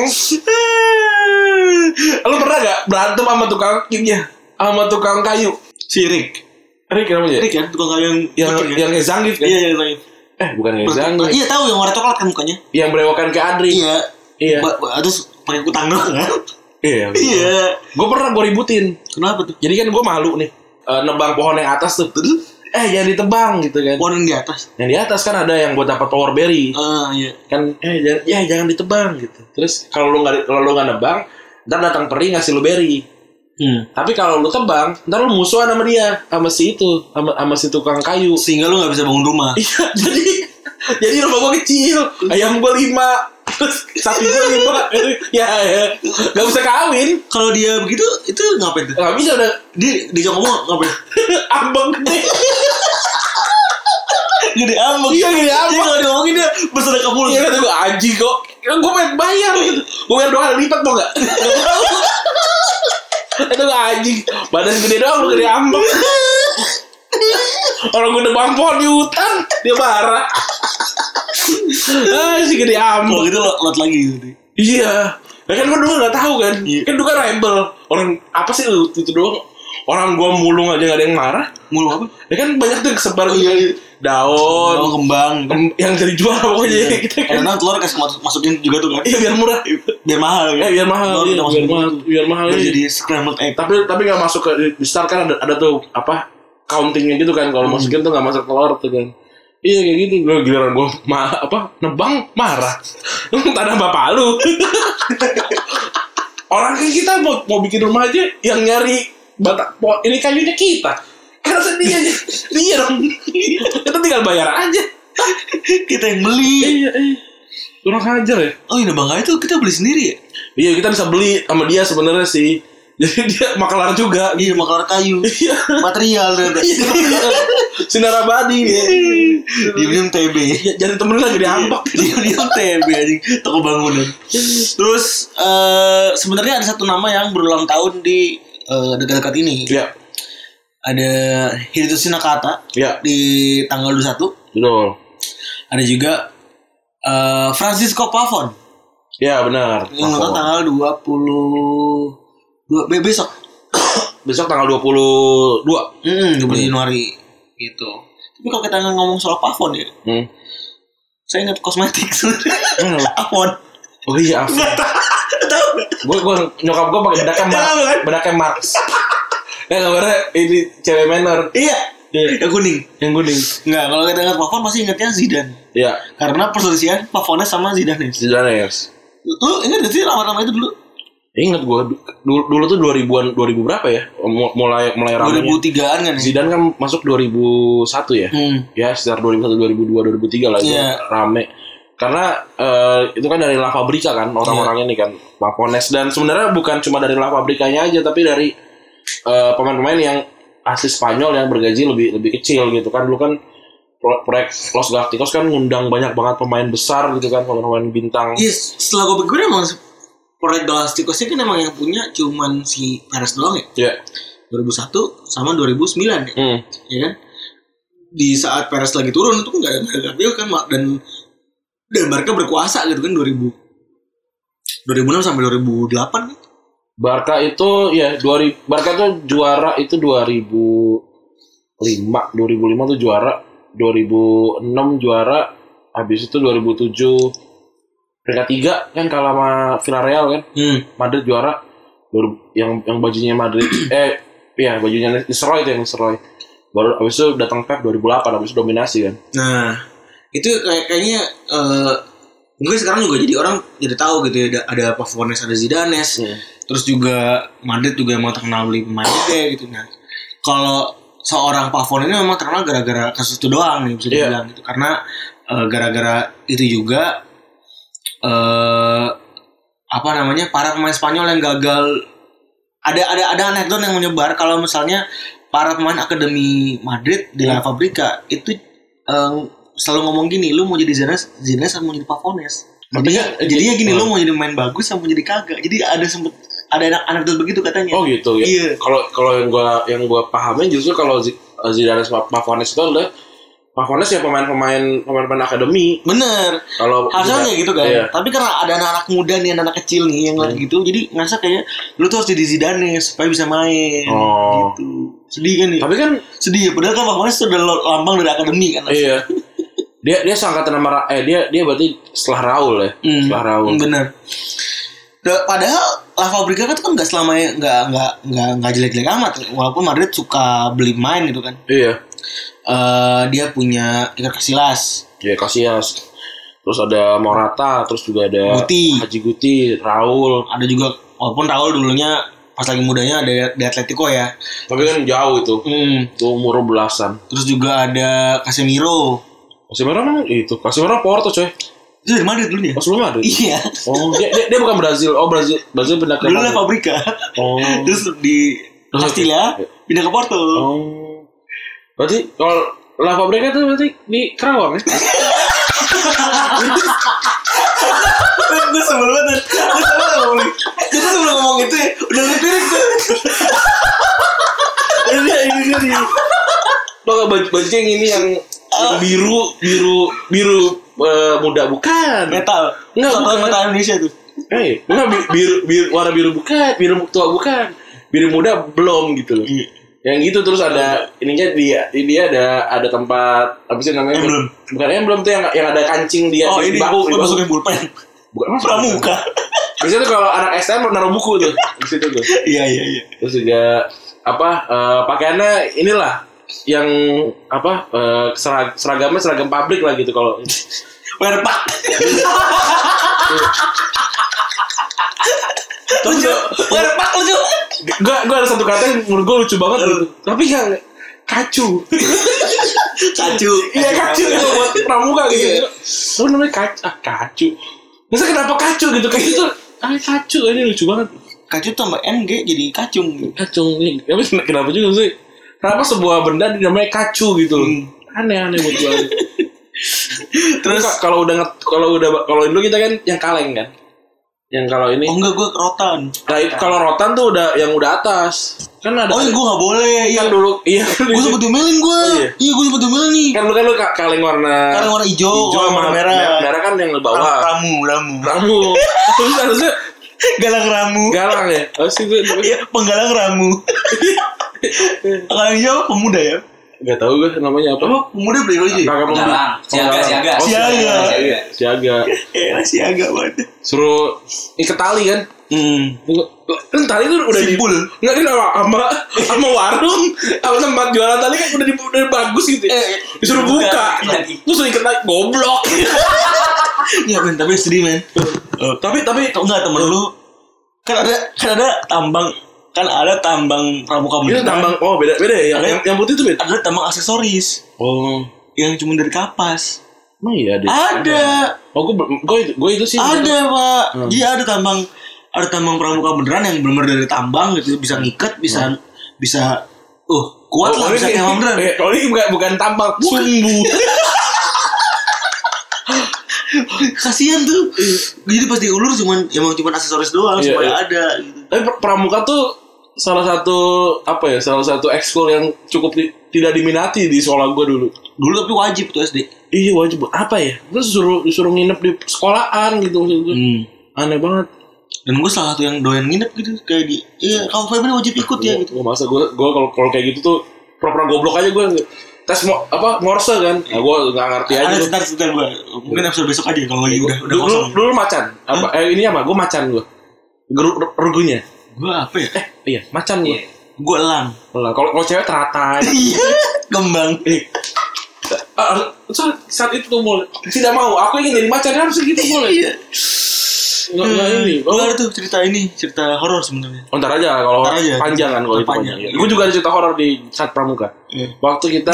Speaker 2: Lu pernah gak berantem sama tukang kimia? Sama tukang kayu?
Speaker 3: si Rick
Speaker 2: Rick namanya?
Speaker 3: Rick kan tukang kayu yang
Speaker 2: Yang yang Zangief kan?
Speaker 3: iya yang lain
Speaker 2: Eh, bukan yang
Speaker 3: Pertama-
Speaker 2: Zangief.
Speaker 3: Iya tahu yang warna coklat kan mukanya.
Speaker 2: Yang berewokan ke Adri.
Speaker 3: Iya.
Speaker 2: Iya.
Speaker 3: Ba- ba- Terus pakai kutang doang kan?
Speaker 2: Iya.
Speaker 3: Iya.
Speaker 2: Gue pernah gue ributin.
Speaker 3: Kenapa tuh?
Speaker 2: Jadi kan gue malu nih. Eh, nebang pohon yang atas tuh.
Speaker 3: Terus
Speaker 2: Eh jangan ditebang gitu kan.
Speaker 3: warna di atas.
Speaker 2: Yang di atas kan ada yang buat dapat power berry.
Speaker 3: Ah iya.
Speaker 2: Kan eh jangan, ya jangan ditebang gitu. Terus kalau lu nggak kalau lu nggak nebang, ntar datang peri ngasih lu berry.
Speaker 3: Hmm.
Speaker 2: Tapi kalau lu tebang, ntar lu musuhan sama dia, sama si itu, sama, sama si tukang kayu.
Speaker 3: Sehingga lu nggak bisa bangun rumah.
Speaker 2: Iya, jadi jadi rumah gue kecil, ayam gue lima, terus sapi gue lima, ya, ya, nggak bisa kawin,
Speaker 3: Kalau dia begitu itu ngapain tuh?
Speaker 2: nggak bisa udah
Speaker 3: Dia dia ngomong ngapain?
Speaker 2: ambang gede.
Speaker 3: Gede ambek.
Speaker 2: Iya, gede ambek.
Speaker 3: Dia kalau diomongin dia bersedekap mulu.
Speaker 2: Iya kata gue anjing kok Gue pengen bayar gitu Gue bayar dua kali lipat mau gak? Itu gue anjing Badan gede doang lu gede ambek Orang gue nebang pohon di hutan Dia marah Ah si gede
Speaker 3: Kalau
Speaker 2: ambek
Speaker 3: gitu lo lot lagi gitu.
Speaker 2: Iya Ya kan gue dulu gak tahu kan
Speaker 3: Iya.
Speaker 2: Kan dulu kan rebel Orang apa sih lu itu doang Orang gue mulung aja gak ada yang marah
Speaker 3: Mulu apa?
Speaker 2: Ya kan banyak tuh yang kesebar
Speaker 3: Oh, iya, iya.
Speaker 2: Daun
Speaker 3: Oh kembang. Iya.
Speaker 2: em- Yang jadi juara pokoknya Kita kan
Speaker 3: Kadang-kadang telur kasih mas- masukin juga tuh kan.
Speaker 2: Iya biar murah
Speaker 3: Biar mahal
Speaker 2: Eh
Speaker 3: kan.
Speaker 2: biar mahal, iya,
Speaker 3: Telur kita
Speaker 2: biar
Speaker 3: masukin
Speaker 2: mahal,
Speaker 3: gitu.
Speaker 2: biar mahal.
Speaker 3: Biar
Speaker 2: iya.
Speaker 3: jadi scrambled egg.
Speaker 2: Tapi tapi nggak masuk ke di start kan ada, ada tuh apa countingnya gitu kan kalau masukin tuh nggak masuk telur tuh kan. Iya kayak gitu gue giliran gue ma apa nebang marah. Lu tanah bapak lu. Orang kayak kita mau, mau bikin rumah aja yang nyari bata po- ini kayunya kita. Karena dia aja dia dong. Kita tinggal bayar aja.
Speaker 3: Kita yang beli.
Speaker 2: Iya iya. Kurang ajar ya.
Speaker 3: Oh ini bangga itu kita beli sendiri ya?
Speaker 2: Iya kita bisa beli sama dia sebenarnya sih. Jadi dia makelar juga.
Speaker 3: Iya, maklar kayu. Material ternyata.
Speaker 2: Iya. Sinarabadi nih.
Speaker 3: Diam-diam TB
Speaker 2: Ya, Jadi temen lagi diampak.
Speaker 3: Diam-diam TB anjing Toko bangunan Terus eh sebenarnya ada satu nama yang berulang tahun di eh, dekat-dekat ini
Speaker 2: Iya,
Speaker 3: Ada Hiroshi Nakata
Speaker 2: iya,
Speaker 3: Di tanggal 21
Speaker 2: betul.
Speaker 3: Ada juga eh Francisco Pavon
Speaker 2: Iya benar.
Speaker 3: Yang ulang tahun tanggal 20 dua, be- Besok
Speaker 2: Besok tanggal 22.
Speaker 3: Mm, 20 Januari gitu. Tapi kalau kita ngomong soal pavon ya,
Speaker 2: Hmm.
Speaker 3: saya ingat kosmetik sebenarnya. Avon.
Speaker 2: Oh iya, Afif.
Speaker 3: Nggak tahu. Tahu nggak?
Speaker 2: gue gue nyokap gue pakai bedaknya Marx
Speaker 3: Tahu kan?
Speaker 2: bedaknya Marx ya kabarnya Iya, ini cewek menor
Speaker 3: Iya.
Speaker 2: Iya.
Speaker 3: Yang kuning.
Speaker 2: yang kuning
Speaker 3: Enggak, kalau kita ingat pavon pasti ingatnya Zidane.
Speaker 2: ya
Speaker 3: Karena perselisihan pavonnya sama Zidane. ya.
Speaker 2: Zidanes
Speaker 3: Lu ingat gak sih lama-lama itu dulu?
Speaker 2: inget gue dulu, dulu tuh 2000-an 2000 berapa ya Mu- mulai mulai ramai
Speaker 3: 2003-an kan ya?
Speaker 2: Zidane kan masuk 2001 ya
Speaker 3: Hmm.
Speaker 2: ya sekitar 2001 2002 2003 lah itu
Speaker 3: Iya.
Speaker 2: rame karena eh, itu kan dari La Fabrica kan
Speaker 3: Iya.
Speaker 2: orang-orang ini kan Papones dan sebenarnya bukan cuma dari La Fabricanya aja tapi dari eh, pemain-pemain yang asli Spanyol yang bergaji lebih lebih kecil gitu kan dulu kan pro- proyek Los Galacticos kan ngundang banyak banget pemain besar gitu kan pemain-pemain bintang
Speaker 3: Iya, setelah gue pikir emang Proyek Galacticosnya kan emang yang punya cuman si Perez doang ya.
Speaker 2: ya
Speaker 3: 2001 sama 2009 ya.
Speaker 2: Hmm.
Speaker 3: ya kan di saat Perez lagi turun itu nggak ada nggak ada dia kan ma- dan dan mereka berkuasa gitu kan 2000 2006 sampai 2008 nih.
Speaker 2: Barca itu ya 2000 Barca tuh juara itu 2005 2005 tuh juara 2006 juara habis itu 2007 peringkat tiga kan kalah sama Villarreal kan
Speaker 3: Hmm.
Speaker 2: Madrid juara Baru- yang yang bajunya Madrid eh iya bajunya Nisroy itu yang Nisroy baru habis itu datang Pep 2008 habis itu dominasi kan
Speaker 3: Nah, itu kayak kayaknya eh mungkin sekarang juga jadi orang jadi tahu gitu ya ada, ada Pavones, ada Zidanes. Terus juga Madrid juga emang terkenal beli pemain gede gitu nah. Kalau seorang Pavon ini memang terkenal gara-gara kasus itu doang nih bisa
Speaker 2: Iya.
Speaker 3: dibilang gitu. Karena eh, gara-gara itu juga eh apa namanya para pemain Spanyol yang gagal ada ada ada anekdot yang menyebar kalau misalnya para pemain akademi Madrid di La Fabrica itu eh, selalu ngomong gini, lu mau jadi Zidane, Zidane sama mau jadi Pavones.
Speaker 2: Makanya-
Speaker 3: Jadinya, jadinya gini,
Speaker 2: ya.
Speaker 3: lu mau jadi main bagus sama mau jadi kagak. Jadi ada sempet ada anak anekdot begitu katanya.
Speaker 2: Oh gitu ya.
Speaker 3: Iya.
Speaker 2: Kalau kalau yang gua yang gua pahamin justru kalau Z- Zidane sama Pavones itu adalah Pavones ya pemain-pemain pemain-pemain akademi.
Speaker 3: Bener,
Speaker 2: Kalau
Speaker 3: harusnya
Speaker 2: Zidane-
Speaker 3: kayak gitu kan.
Speaker 2: Iya.
Speaker 3: Tapi karena ada anak-anak muda nih, anak-anak kecil nih yang lagi gitu, jadi ngerasa kayaknya lu tuh harus jadi Zidane supaya bisa main.
Speaker 2: Oh.
Speaker 3: Gitu. Sedih kan nih?
Speaker 2: Tapi kan
Speaker 3: Sedih ya. Padahal kan Pavones tuh udah lambang dari akademi kan.
Speaker 2: iya. Dia dia seangkatan sama Ra- eh dia dia berarti setelah Raul ya.
Speaker 3: Hmm,
Speaker 2: Setelah Raul.
Speaker 3: Bener. Da- Padahal La Fabrica kan tuh kan nggak selama nggak nggak nggak nggak jelek-jelek amat. Walaupun Madrid suka beli main gitu kan.
Speaker 2: Iya.
Speaker 3: Eh dia punya Iker Casillas,
Speaker 2: Ya Casillas. Terus ada Morata, terus juga ada
Speaker 3: Guti.
Speaker 2: Haji Guti, Raul.
Speaker 3: ada juga walaupun Raul dulunya pas lagi mudanya ada di Atletico ya.
Speaker 2: Tapi kan jauh itu.
Speaker 3: Hmm.
Speaker 2: Itu umur belasan.
Speaker 3: Terus juga ada Casemiro.
Speaker 2: Casemiro memang itu. Casemiro Porto coy.
Speaker 3: Itu dari Madrid dulunya.
Speaker 2: Oh, sebelum ada.
Speaker 3: Iya.
Speaker 2: Oh, dia, dia, dia bukan Brazil. Oh, Brazil. Brazil pindah ke
Speaker 3: Dulu La
Speaker 2: Madrid.
Speaker 3: Fabrica.
Speaker 2: Oh.
Speaker 3: Terus di
Speaker 2: Terus-
Speaker 3: Castilla pindah ke Porto.
Speaker 2: Oh. Berarti kalau La Fabrica itu berarti di Kerawang ya?
Speaker 3: gue sebel banget gue sebel ngomong gue tuh sebelum ngomong itu ya udah lirik tuh
Speaker 2: Iya, ini kan ini. Lo baju bajunya yang ini yang yang biru biru biru eh, muda bukan?
Speaker 3: metal
Speaker 2: Enggak,
Speaker 3: Contoh
Speaker 2: bukan.
Speaker 3: metal Indonesia tuh
Speaker 2: Eh, enggak bi- biru biru warna biru bukan, biru tua bukan, biru muda belum gitu loh.
Speaker 3: Iya.
Speaker 2: Yang gitu terus ada ininya dia ini dia ada ada tempat apa sih namanya?
Speaker 3: Emblem.
Speaker 2: Bukan emblem tuh yang yang ada kancing dia
Speaker 3: oh
Speaker 2: di
Speaker 3: ini
Speaker 2: bahu, di
Speaker 3: gue
Speaker 2: bahu.
Speaker 3: masukin pulpen
Speaker 2: Bukan emang
Speaker 3: pramuka
Speaker 2: Biasanya tuh kalau anak STM naruh buku tuh di situ tuh.
Speaker 3: iya iya iya
Speaker 2: terus juga apa eh, pakaiannya inilah yang apa eh, serag- seragamnya seragam pabrik lah gitu kalau
Speaker 3: werpak lucu werpak lucu
Speaker 2: gua gua ada satu kata yang menurut gua lucu banget gitu. tapi yang kacu
Speaker 3: kacu
Speaker 2: iya kacu itu buat pramuka gitu lu namanya kacu ah kacu masa kenapa kacu gitu kayak itu ah kacu ini lucu banget
Speaker 3: kacu tambah ng jadi kacung
Speaker 2: kacung ini tapi kenapa juga sih kenapa sebuah benda dinamai kacu gitu loh. Aneh aneh buat gue. Terus
Speaker 3: Terus
Speaker 2: kalau udah nge- kalau udah kalau dulu kita kan yang kaleng kan. Yang kalau ini
Speaker 3: Oh enggak gue kerotan
Speaker 2: Nah, itu kalau rotan tuh udah yang udah atas. Kan ada
Speaker 3: Oh iya gue gak boleh Iya
Speaker 2: kan dulu iya kan
Speaker 3: Gue
Speaker 2: dulu-
Speaker 3: sempet diomelin gue
Speaker 2: Oh, iya.
Speaker 3: Iya gue sempet diomelin nih
Speaker 2: kan lu kan lu ka- kaleng warna
Speaker 3: Karena warna hijau
Speaker 2: hijau
Speaker 3: Kalau warna merah
Speaker 2: Merah kan yang di
Speaker 3: Ram-
Speaker 2: bawah.
Speaker 3: Ramu Ramu
Speaker 2: Ramu. Terus harusnya
Speaker 3: Galang ramu
Speaker 2: galang ya. Harus itu
Speaker 3: Iya penggalang ramu Kalau hijau pemuda ya
Speaker 2: enggak tahu gue namanya apa.
Speaker 3: Apa pemuda privilege ya?
Speaker 2: Kakak pembeli.
Speaker 1: Galang. Siaga, siaga.
Speaker 2: Oh, siaga.
Speaker 1: Siaga.
Speaker 2: Siaga.
Speaker 3: Eh masih agak banget
Speaker 2: Suruh ikat tali kan.
Speaker 3: Hmm
Speaker 2: Kan tali itu udah di
Speaker 3: Simpul
Speaker 2: Enggak kan sama sama, sama warung sama tempat jualan tali kan udah, di, udah bagus gitu. ya.
Speaker 3: Eh,
Speaker 2: Disuruh buka.
Speaker 1: buka.
Speaker 2: Terus suruh ikat tali goblok.
Speaker 3: Iya men tapi sedih men Oh.
Speaker 2: tapi tapi
Speaker 3: Tau nggak temen lu Kan ada Kan ada tambang Kan ada Iya, tambang pramuka
Speaker 2: itu
Speaker 3: beneran
Speaker 2: tambang oh beda beda ya. Yang,
Speaker 3: Ada-
Speaker 2: yang, yang putih itu beda.
Speaker 3: Ada tambang aksesoris
Speaker 2: Oh.
Speaker 3: Yang cuma dari kapas
Speaker 2: Emang iya deh.
Speaker 3: Ada
Speaker 2: Oh gue gue gue itu sih.
Speaker 3: Ada pak
Speaker 2: Iya, Hmm.
Speaker 3: Dia ada tambang Ada tambang pramuka beneran Yang bener dari tambang gitu Bisa ngikat Bisa Bisa Uh Kuat lah bisa
Speaker 2: Oh, ini-
Speaker 3: nyawa beneran
Speaker 2: eh, oh, ini bukan bukan tambang.
Speaker 3: Sumbu Kasian tuh Jadi pas diulur cuman Emang cuman aksesoris doang
Speaker 2: Iya,
Speaker 3: Supaya
Speaker 2: iya.
Speaker 3: ada gitu
Speaker 2: Tapi pra- pramuka tuh salah satu apa ya salah satu ekskul yang cukup di- tidak diminati di sekolah gue dulu.
Speaker 3: Dulu tapi wajib tuh SD
Speaker 2: Iya wajib apa ya? Terus disuruh disuruh nginep di sekolahan gitu maksud gue.
Speaker 3: Hmm.
Speaker 2: Aneh banget.
Speaker 3: Dan gue salah satu yang doyan nginep gitu kayak di iya kalau Febri wajib ikut ya gitu.
Speaker 2: Gua masa gue gue kalau kalau kayak gitu tuh pura-pura goblok aja gue tes mo, apa morse kan? Nah, gue nggak ngerti aja.
Speaker 3: Ada
Speaker 2: tuh.
Speaker 3: sebentar sebentar gue mungkin episode besok aja kalau lagi udah udah
Speaker 2: dulu,
Speaker 3: kosong.
Speaker 2: dulu macan. Apa eh, ini apa? Gue macan gue. Geru, rugunya.
Speaker 3: Gue apa ya?
Speaker 2: Eh, iya, macan gue.
Speaker 3: Gue elang.
Speaker 2: Lah, kalau kalau cewek teratai.
Speaker 3: Iya. Kembang.
Speaker 2: Eh, ah, saat, saat itu tuh mulai tidak mau. Aku ingin jadi macan harus gitu mulai.
Speaker 3: Iya. Hmm.
Speaker 2: Nggak nggak ini.
Speaker 3: Gue ada tuh cerita ini cerita horor sebenarnya.
Speaker 2: Oh, ntar aja kalau
Speaker 3: Ntar aja.
Speaker 2: panjang kan kalau itu
Speaker 3: Panjang.
Speaker 2: panjang. Gue juga ada cerita horor di saat pramuka.
Speaker 3: Iya.
Speaker 2: Waktu kita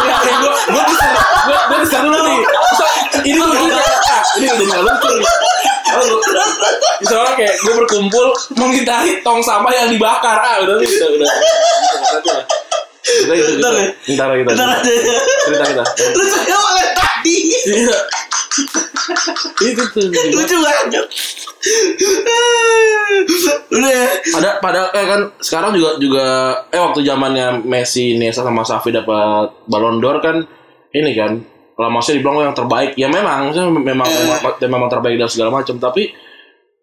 Speaker 2: Nggak, nggak, gua gua diser- gua- gua diser dulu nih. So- ini gue ini udah nggak lucu nih. Oh, gua- Soalnya kayak gue berkumpul menghindari tong sampah yang dibakar. Ah, udah nih, udah udah. Kita itu
Speaker 3: Ntar ya?
Speaker 2: Ntar kita.
Speaker 3: Ntar aja.
Speaker 2: Cerita kita.
Speaker 3: Lucu banget tadi.
Speaker 2: Iya. Itu tuh.
Speaker 3: Lucu banget. Udah. ya?
Speaker 2: Pada pada eh kan sekarang juga juga eh waktu zamannya Messi, Nesta sama Safi dapat Ballon d'Or kan ini kan lah maksudnya dibilang yang terbaik ya memang maksudnya memang memang, memang terbaik dan segala macam tapi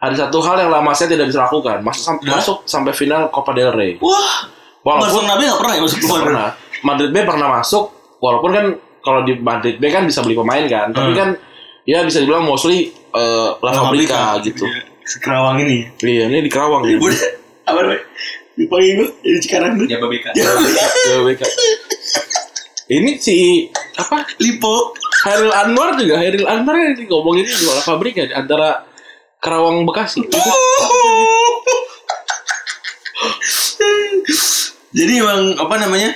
Speaker 2: ada satu hal yang lama saya tidak bisa lakukan masuk sam-
Speaker 3: Ya?
Speaker 2: masuk sampai final Copa del Rey
Speaker 3: Wah.
Speaker 2: walaupun
Speaker 3: Barcelona B nggak pernah ya masuk keluar.
Speaker 2: pernah Madrid B pernah masuk walaupun kan kalau di Madrid B kan bisa beli pemain kan tapi
Speaker 3: Hmm.
Speaker 2: kan ya bisa dibilang mostly eh La Fabrica gitu
Speaker 3: Kerawang ini.
Speaker 2: iya ini di Kerawang ya.
Speaker 3: Udah. Apa namanya? Dipanggil gue jadi sekarang tuh.
Speaker 1: Jaba BK.
Speaker 2: Ya, WK. Ini si apa
Speaker 3: Lipo.
Speaker 2: Hairil Anwar juga Hairil Anwar yang ngomongin ini jual pabrik ya antara Karawang Bekasi.
Speaker 3: Jadi emang apa namanya?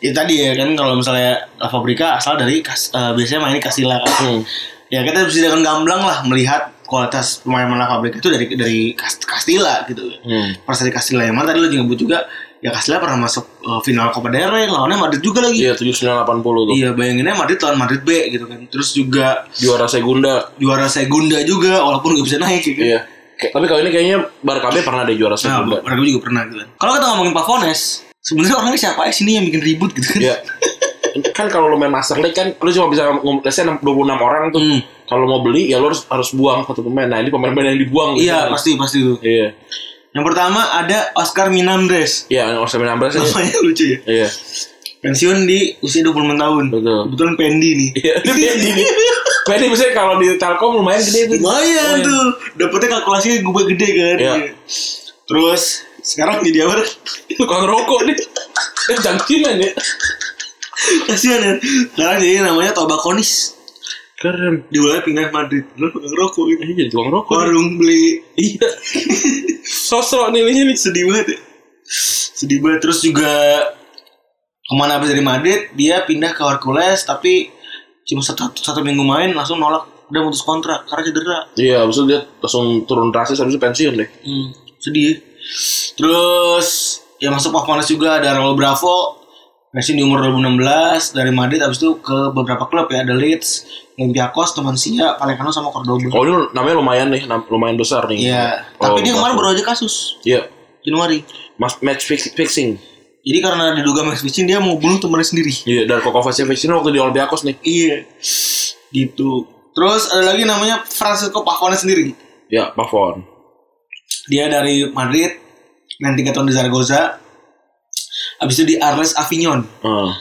Speaker 3: Ya tadi ya kan kalau misalnya La Fabrica asal dari kas, eh, biasanya mainnya Kasila kan.
Speaker 2: Hmm.
Speaker 3: Ya kita bisa dengan gamblang lah melihat kualitas pemain-pemain La Fabrica itu dari dari Kas- Kastila gitu.
Speaker 2: Hmm.
Speaker 3: Pas dari Kastila yang mana tadi lo juga nyebut juga ya Kastila pernah masuk eh, final Copa del Rey lawannya Madrid juga lagi.
Speaker 2: Iya 7980 tuh.
Speaker 3: Iya bayanginnya Madrid lawan Madrid B gitu kan. Terus juga
Speaker 2: Juara Segunda.
Speaker 3: juara Segunda juga walaupun gak bisa naik ya kan.
Speaker 2: Iya. Kayak- Tapi kali ini kayaknya Barkabe pernah ada juara
Speaker 3: Nah,
Speaker 2: Segunda.
Speaker 3: mereka juga pernah gitu kan. Kalau kita ngomongin Pavones, sebenarnya orangnya siapa sih ini yang bikin ribut gitu kan?
Speaker 2: Iya. kan kalau lu main Master League kan lu cuma bisa ngomong biasanya 26 orang tuh.
Speaker 3: Hmm.
Speaker 2: Kalau mau beli ya lu harus harus buang satu pemain. Nah, ini pemain-pemain yang dibuang gitu.
Speaker 3: Iya, pasti pasti itu.
Speaker 2: Iya.
Speaker 3: Yang pertama ada Oscar Minandres.
Speaker 2: Iya, Oscar Menambres ya.
Speaker 3: Namanya lucu ya.
Speaker 2: Iya.
Speaker 3: Pensiun di usia 25 tahun.
Speaker 2: Betul.
Speaker 3: Kebetulan Pendi nih.
Speaker 2: Iya, ini Pendi nih. Pendi misalnya kalau di Telkom lumayan gede tuh. Lumayan.
Speaker 3: Lumayan tuh. Dapatnya kalkulasinya gue gede kan.
Speaker 2: Iya.
Speaker 3: Terus sekarang jadi apa?
Speaker 2: Tukang rokok nih. Eh, jangkiman ya.
Speaker 3: Kasihan ya. Sekarang jadi namanya Tobakonis.
Speaker 2: Keren.
Speaker 3: Di wilayah pinggir Madrid. Lalu pegang rokok gitu.
Speaker 2: Ini jadi tukang rokok. nih.
Speaker 3: Warung beli
Speaker 2: Iya. Sosok nilainya nih.
Speaker 3: sedih banget ya. sedih banget terus juga kemana habis dari Madrid dia pindah ke Hercules tapi cuma satu, satu minggu main langsung nolak udah mutus kontrak karena cedera
Speaker 2: Iya, abis itu dia langsung turun drastis, abis itu pensiun deh.
Speaker 3: sedih ya. terus yang masuk Pavonas juga ada Raul Bravo Racing di umur 2016 dari Madrid habis itu ke beberapa klub ya ada Leeds, Olympiakos, Tomansia, Palekano sama Cordoba.
Speaker 2: Oh ini namanya lumayan nih, nam- lumayan besar nih.
Speaker 3: Iya,
Speaker 2: Oh,
Speaker 3: tapi dia kemarin
Speaker 2: Bravo.
Speaker 3: baru aja kasus
Speaker 2: Iya,
Speaker 3: Januari.
Speaker 2: mas match fix- fixing.
Speaker 3: Jadi karena diduga match fixing dia mau bunuh temannya sendiri.
Speaker 2: Iya, dan Kokovacic fixing waktu di Olympiakos nih.
Speaker 3: Iya. Gitu. Terus ada lagi namanya Francisco Pavone sendiri.
Speaker 2: Iya, Pavon.
Speaker 3: Dia dari Madrid dan tiga tahun di Zaragoza. Habis itu di Arles Avignon.
Speaker 2: Hmm,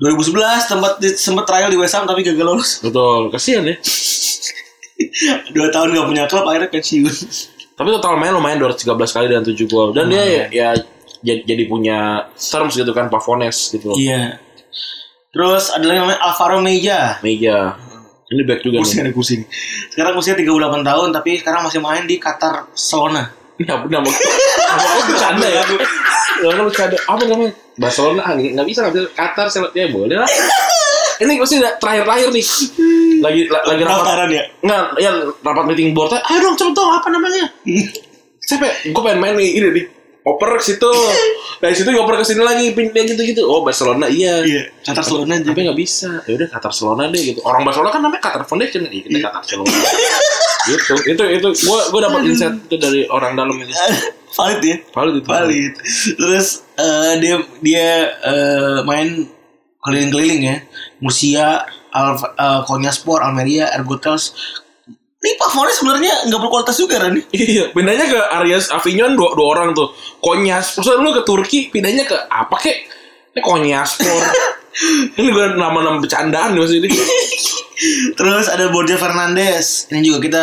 Speaker 3: 2011 tempat sempat trial di West Ham tapi gagal lolos.
Speaker 2: betul. Kasihan ya.
Speaker 3: Dua tahun gak punya klub akhirnya pensiun.
Speaker 2: Tapi total main lumayan 213 kali dan 7 gol. Dan dia ya, ya jadi, jadi punya terms gitu kan Pavones gitu. loh.
Speaker 3: Iya. Terus ada lagi namanya Alvaro Meja.
Speaker 2: Meja. Ini back juga nih.
Speaker 3: Kursi ada kursi. nih. Sekarang usia 38 tahun tapi sekarang masih main di Qatar Barcelona.
Speaker 2: Ini apa nama? Nama kok bercanda ya? Nama bercanda. Apa namanya? Barcelona ah, nggak nggak bisa nggak bisa. Qatar sel- ya boleh lah. Ini pasti udah terakhir-terakhir nih. Lagi la- lagi rapat
Speaker 3: Pendaftaran ya.
Speaker 2: nggak ya rapat meeting board ayo dong cepet dong apa namanya? Siapa? Gue pengen main nih ini nih. Oper ke situ. Dari situ oper ke sini lagi pindah gitu-gitu. Oh Barcelona iya.
Speaker 3: Iya, Qatar Barcelona aja.
Speaker 2: Tapi nggak bisa. Ya udah Qatar Barcelona deh gitu. Orang Barcelona kan namanya Qatar Foundation nih. Kita Qatar Barcelona. gitu. Itu itu gue gue dapat insight itu dari orang dalam itu.
Speaker 3: Valid ya.
Speaker 2: Valid itu.
Speaker 3: valid terus eh, dia dia eh, main keliling-keliling ya Murcia Al eh, Konyaspor Almeria Ergotels ini favorit sebenarnya nggak berkualitas juga kan
Speaker 2: Iya, pindahnya ke Arias Avignon dua, dua orang tuh. Konyas. Maksudnya lu ke Turki pindahnya ke apa kek? Ini Konyas Spor. Ini gue nama-nama bercandaan nih maksudnya.
Speaker 3: terus ada Borja Fernandes ini juga kita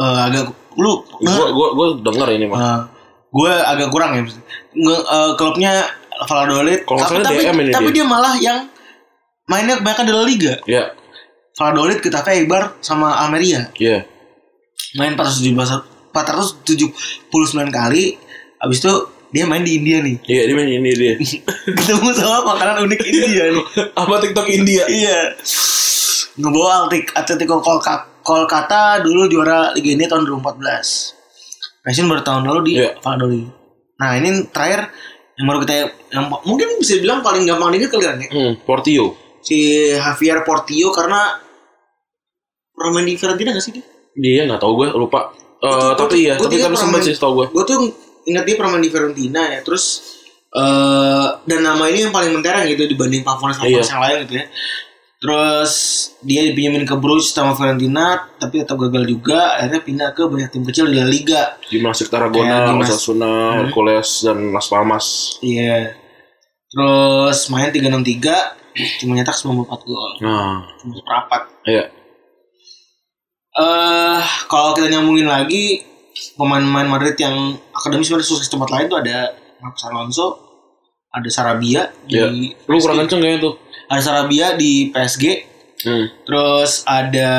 Speaker 3: eh, agak lu
Speaker 2: Gue gue gue denger ini mah.
Speaker 3: gue agak kurang ya maksudnya. Nge, eh, klubnya Valladolid
Speaker 2: Kalau nggak
Speaker 3: tapi
Speaker 2: salah
Speaker 3: tapi,
Speaker 2: DM ini
Speaker 3: tapi
Speaker 2: dia.
Speaker 3: dia. malah yang mainnya kebanyakan di La Liga
Speaker 2: Iya,
Speaker 3: Valladolid Getafe Eibar sama Almeria
Speaker 2: iya.
Speaker 3: main 417 479 kali habis itu dia main di India nih
Speaker 2: Iya, ini ini dia.
Speaker 3: ketemu sama makanan unik India nih
Speaker 2: apa TikTok India?
Speaker 3: iya ngebawa Altik Atletico Kolka- Kolkata dulu juara Liga India tahun 2014 Racing baru tahun lalu di
Speaker 2: Iya.
Speaker 3: Valladolid nah ini terakhir yang baru kita yang mungkin bisa bilang paling gampang diingat kali kan ya
Speaker 2: Hmm, Portio.
Speaker 3: si Javier Portillo karena pernah main di Fiorentina gak sih dia?
Speaker 2: Dia Iya, nggak tahu gue lupa. Eh,
Speaker 3: Itu-
Speaker 2: tapi
Speaker 3: itu-
Speaker 2: iya,
Speaker 3: gua
Speaker 2: tapi
Speaker 3: tiga
Speaker 2: tapi
Speaker 3: pernah
Speaker 2: sempat
Speaker 3: main.
Speaker 2: sih tau gue.
Speaker 3: gue tuh inget dia pernah main di Fiorentina ya terus eh dan nama ini yang paling mentereng gitu dibanding Pavones Pavones
Speaker 2: Iya.
Speaker 3: yang lain gitu ya terus dia dipinjemin ke Bruce sama Fiorentina tapi tetap gagal juga akhirnya pindah ke banyak tim kecil di La Liga
Speaker 2: Gimnastik
Speaker 3: Kayak
Speaker 2: Tarragona,
Speaker 3: Iya, Dimas. Hmm.
Speaker 2: Osasuna, Hercules, dan Las Palmas.
Speaker 3: iya terus main 363 cuma nyetak 94 gol
Speaker 2: Nah,
Speaker 3: cuma rapat
Speaker 2: iya.
Speaker 3: eh kalau kita nyambungin lagi pemain-pemain Madrid yang akademis sebenarnya sukses tempat lain tuh ada Marcos Alonso, ada Sarabia
Speaker 2: Iya.
Speaker 3: di
Speaker 2: Lu
Speaker 3: PSG.
Speaker 2: kurang kenceng kayaknya tuh.
Speaker 3: ada Sarabia di PSG,
Speaker 2: Hmm.
Speaker 3: terus ada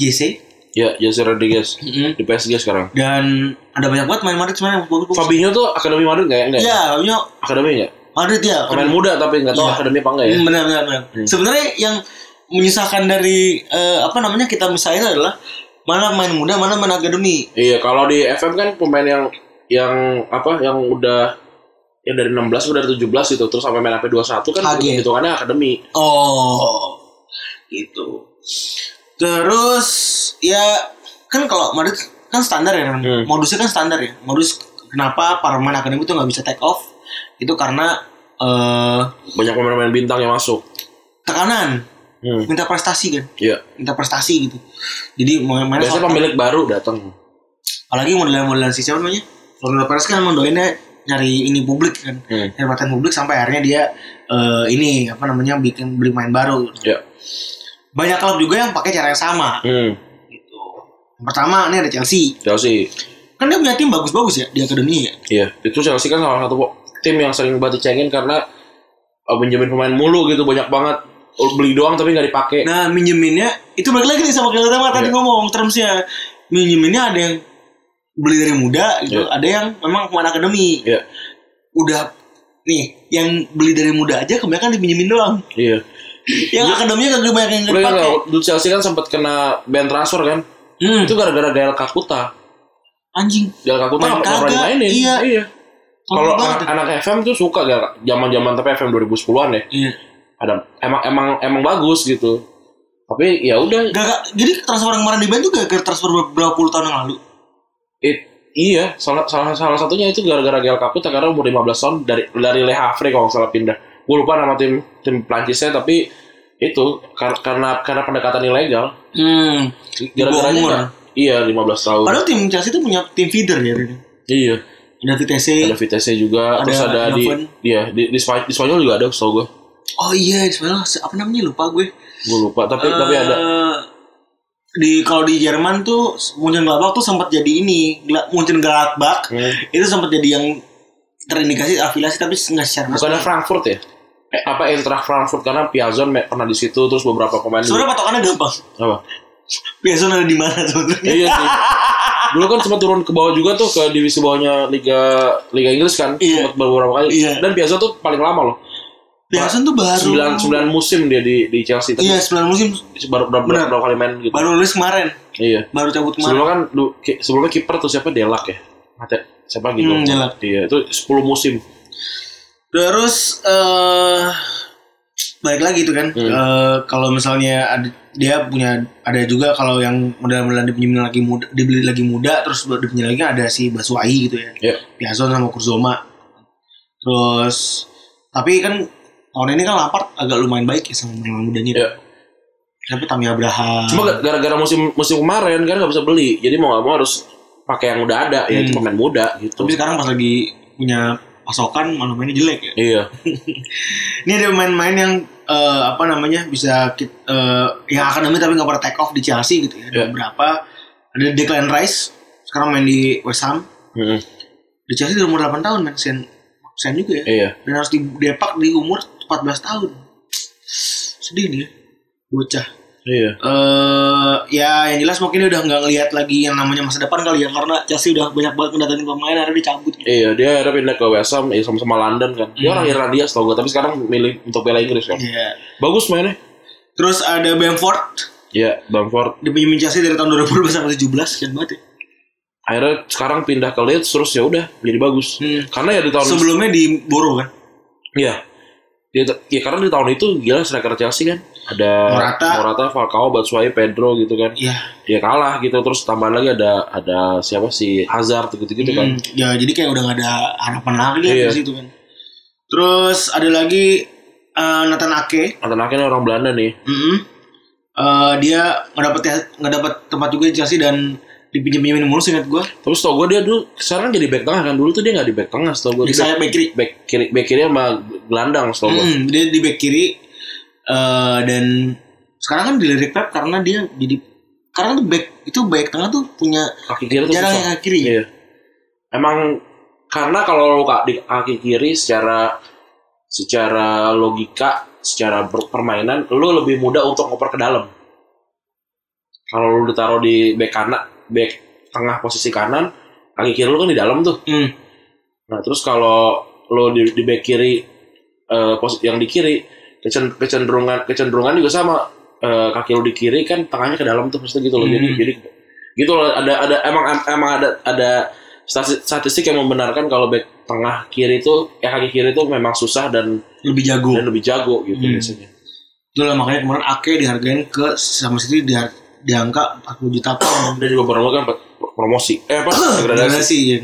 Speaker 3: JC
Speaker 2: Iya, Jesse Rodriguez. Di PSG sekarang.
Speaker 3: dan ada banyak banget main Madrid sebenarnya yang bagus-bagus.
Speaker 2: Fabinho tuh akademi Madrid nggak ya? Nggak ya?
Speaker 3: Iya, Fabinho
Speaker 2: Akademi nggak?
Speaker 3: Madrid ya.
Speaker 2: Pemain muda tapi nggak tahu
Speaker 3: Iya.
Speaker 2: akademi apa nggak ya?
Speaker 3: Benar benar benar. Sebenarnya yang menyusahkan dari eh, apa namanya kita misalnya itu adalah mana main muda, mana main akademi.
Speaker 2: Iya, kalau di FM kan pemain yang yang apa yang udah yang dari 16 ke dari 17 gitu terus sampai main sampai 21 kan
Speaker 3: Kaget.
Speaker 2: gitu karena akademi.
Speaker 3: Oh, gitu. Terus ya kan kalau Madrid kan standar ya, kan?
Speaker 2: Hmm.
Speaker 3: modusnya kan standar ya. Modus kenapa para pemain akademi itu nggak bisa take off itu karena eh
Speaker 2: Banyak pemain-pemain bintang yang masuk.
Speaker 3: tekanan,
Speaker 2: Hmm.
Speaker 3: minta prestasi kan,
Speaker 2: Iya.
Speaker 3: minta prestasi gitu. Jadi mau main
Speaker 2: Biasanya
Speaker 3: soal-
Speaker 2: pemilik baru datang.
Speaker 3: apalagi modelan-modelan si siapa namanya? Florentino Perez kan emang doainnya nyari ini publik kan,
Speaker 2: Hmm.
Speaker 3: nyari perhatian publik sampai akhirnya dia eh ini apa namanya bikin beli main baru.
Speaker 2: Iya.
Speaker 3: Banyak klub juga yang pakai cara yang sama.
Speaker 2: Hmm.
Speaker 3: gitu. Yang pertama ini ada Chelsea.
Speaker 2: Chelsea.
Speaker 3: Kan dia punya tim bagus-bagus ya di akademinya ya.
Speaker 2: Iya, itu Chelsea kan salah satu tim yang sering banget dicengin karena eh, menjamin pemain mulu gitu banyak banget beli doang tapi nggak dipakai.
Speaker 3: Nah, minjeminnya itu balik lagi nih sama kita sama tadi
Speaker 2: Iya.
Speaker 3: ngomong termsnya. Minjeminnya ada yang beli dari muda gitu,
Speaker 2: Iya.
Speaker 3: ada yang memang pemain akademi.
Speaker 2: Iya.
Speaker 3: Udah nih yang beli dari muda aja kebanyakan dipinjemin doang.
Speaker 2: Iya.
Speaker 3: Yang akademinya kagak banyak yang
Speaker 2: Lu ingat
Speaker 3: dipakai.
Speaker 2: nggak, dulu Chelsea kan sempat kena ban transfer kan?
Speaker 3: Hmm,
Speaker 2: Itu gara-gara Gael Kakuta.
Speaker 3: anjing.
Speaker 2: Gael Kakuta
Speaker 3: Main
Speaker 2: nggak pernah
Speaker 3: kagak,
Speaker 2: dimainin.
Speaker 3: iya.
Speaker 2: iya. Kalau
Speaker 3: Lama
Speaker 2: anak,
Speaker 3: banget.
Speaker 2: anak FM tuh suka gak zaman-zaman tapi FM 2010-an ya.
Speaker 3: Iya.
Speaker 2: Ada emang emang emang bagus gitu. Tapi ya udah
Speaker 3: Gak, gak- jadi transfer yang kemarin di band tuh gak, gak transfer ber- berapa puluh tahun yang lalu.
Speaker 2: it- iya salah, salah salah satunya itu gara-gara Gael Kaputa karena umur 15 tahun dari dari Le Havre kalau nggak salah pindah. Gue lupa nama tim tim Prancisnya tapi itu kar- karena karena pendekatan ilegal
Speaker 3: Hmm.
Speaker 2: gara-garanya
Speaker 3: umur.
Speaker 2: nggak- iya 15 tahun.
Speaker 3: Padahal tim Chelsea itu punya tim feeder ya. Rin.
Speaker 2: iya.
Speaker 3: Ada
Speaker 2: Ada
Speaker 3: Vitesse.
Speaker 2: Vitesse juga,
Speaker 3: Ada
Speaker 2: terus ada di
Speaker 3: Eleven.
Speaker 2: iya di, di, Spa- di Spanyol juga ada setahu gue.
Speaker 3: Oh iya, sebenarnya apa namanya lupa gue.
Speaker 2: Gue lupa tapi tapi ada
Speaker 3: Eh, di kalau di Jerman tuh Munchen Gladbach tuh sempat jadi ini Gla- Munchen Gladbach
Speaker 2: Hmm.
Speaker 3: itu sempat jadi yang terindikasi afiliasi tapi nggak secara resmi.
Speaker 2: Bukannya Frankfurt ya? Eh, apa Eintracht Frankfurt karena Piazon me- pernah di situ terus beberapa pemain juga.
Speaker 3: Sebenarnya patokannya gampang.
Speaker 2: apa?
Speaker 3: Piazon ada di mana sebenarnya?
Speaker 2: Iya sih. Dulu kan sempat turun ke bawah juga tuh ke divisi bawahnya Liga Liga Inggris kan
Speaker 3: Iya.
Speaker 2: sempat beberapa kali.
Speaker 3: Iya.
Speaker 2: Dan Piazon tuh paling lama loh.
Speaker 3: Piazon tuh baru
Speaker 2: 9 9 musim dia di di Chelsea tapi
Speaker 3: Iya, 9 musim
Speaker 2: baru berapa,
Speaker 3: Benar.
Speaker 2: berapa kali main gitu.
Speaker 3: baru lulus kemarin,
Speaker 2: Iya.
Speaker 3: baru cabut kemarin.
Speaker 2: Sebelumnya kan du- ki- sebelumnya kiper tuh siapa Delak ya? Mate, siapa gitu.
Speaker 3: Hmm, Delak.
Speaker 2: Iya, itu 10 musim.
Speaker 3: Terus eh balik lagi itu kan. Eh, kalau misalnya ada dia punya ada juga kalau yang modal-modal dipinjemin lagi muda, dibeli lagi muda terus baru dipinjemin lagi kan ada si Basuai gitu ya.
Speaker 2: Iya.
Speaker 3: Piazon sama Kurzoma. Terus tapi kan tahun ini kan Lampard agak lumayan baik ya sama pemain mudanya.
Speaker 2: Iya.
Speaker 3: Tapi Tammy Abraham.
Speaker 2: Cuma ga- gara-gara musim musim kemarin kan nggak bisa beli. Jadi mau nggak mau harus pakai yang udah ada yaitu
Speaker 3: Hmm.
Speaker 2: pemain muda gitu.
Speaker 3: tapi sekarang pas lagi punya pasokan malah mainnya jelek ya.
Speaker 2: Iya.
Speaker 3: Ini ada main-main yang eh, apa namanya bisa kita, eh, yang akademi tapi nggak pernah take off di Chelsea gitu ya. Ada
Speaker 2: Iya.
Speaker 3: beberapa ada Declan Rice sekarang main di West Ham.
Speaker 2: Mm-mm.
Speaker 3: Di Chelsea di umur 8 tahun main sen sen juga ya.
Speaker 2: Iya.
Speaker 3: Dan harus didepak di umur 14 tahun. Sedih nih ya. Bocah.
Speaker 2: Iya.
Speaker 3: Eh ya yang jelas mungkin dia udah nggak ngelihat lagi yang namanya masa depan kali ya karena Chelsea udah banyak banget mendatangin pemain akhirnya dicabut. gitu.
Speaker 2: Iya, dia akhirnya pindah ke West Ham ya sama-sama London kan. Dia
Speaker 3: Hmm.
Speaker 2: orang Irlandia setahu gue, tapi sekarang milih untuk bela Inggris kan.
Speaker 3: Iya.
Speaker 2: Bagus mainnya.
Speaker 3: Terus ada Bamford
Speaker 2: Iya, Bamford.
Speaker 3: dipinjemin Chelsea dari tahun 2012 sampai 17 sekian banget ya.
Speaker 2: Akhirnya sekarang pindah ke Leeds terus ya udah jadi bagus.
Speaker 3: Hmm.
Speaker 2: Karena ya di tahun
Speaker 3: Sebelumnya di Boro kan.
Speaker 2: Iya. Dia, ya karena di tahun itu gila striker Chelsea kan. Ada
Speaker 3: Morata.
Speaker 2: Falcao, Batshuayi, Pedro gitu kan.
Speaker 3: Iya.
Speaker 2: Ya kalah gitu terus tambahan lagi ada ada siapa sih Hazard gitu-gitu kan.
Speaker 3: Hmm, Ya jadi kayak udah gak ada harapan lagi
Speaker 2: Iya.
Speaker 3: di situ kan. Terus ada lagi eh, Nathan Ake.
Speaker 2: Nathan Ake ini orang Belanda nih.
Speaker 3: Mm-mm. Eh, dia ngedapat ngedapat tempat juga di Chelsea dan dipinjam-pinjamin mulu seingat gue.
Speaker 2: Tapi setahu gue dia dulu sekarang jadi back tengah kan. Dulu tuh dia nggak di back tengah setahu gue.
Speaker 3: Di
Speaker 2: Dia
Speaker 3: sayap back kiri.
Speaker 2: back kiri back kiri sama gelandang setahu gue.
Speaker 3: Mm, dia di back kiri Eh, dan sekarang kan dilirik Pep karena dia jadi karena tuh back itu back tengah tuh punya
Speaker 2: Kaki kiri tuh
Speaker 3: jarang
Speaker 2: susah.
Speaker 3: yang kaki kiri.
Speaker 2: Iya. Emang karena kalau lu ka- di kaki kiri secara secara logika, secara ber- permainan, lu lebih mudah untuk ngoper ke dalam. Kalau lu ditaruh di back kanan, back tengah posisi kanan, kaki kiri lu kan di dalam tuh.
Speaker 3: Mm.
Speaker 2: Nah, terus kalau lu di, di back kiri eh, pos- yang di kiri, kecen- kecenderungan kecenderungan juga sama Eh, kaki lu di kiri kan tengahnya ke dalam tuh maksudnya gitu loh. Jadi
Speaker 3: Hmm.
Speaker 2: jadi gitu loh ada ada emang em- emang ada ada statistik, statistik yang membenarkan kalau back tengah kiri itu ya kaki kiri itu memang susah dan
Speaker 3: Lebih jago.
Speaker 2: dan lebih jago gitu
Speaker 3: Hmm.
Speaker 2: biasanya.
Speaker 3: Itulah makanya kemarin Ake dihargain ke sama City di, di angka 40 juta pound.
Speaker 2: Dan juga baru kan pr- promosi. Eh apa?
Speaker 3: Gimana
Speaker 2: degradasi.
Speaker 3: sih? ya?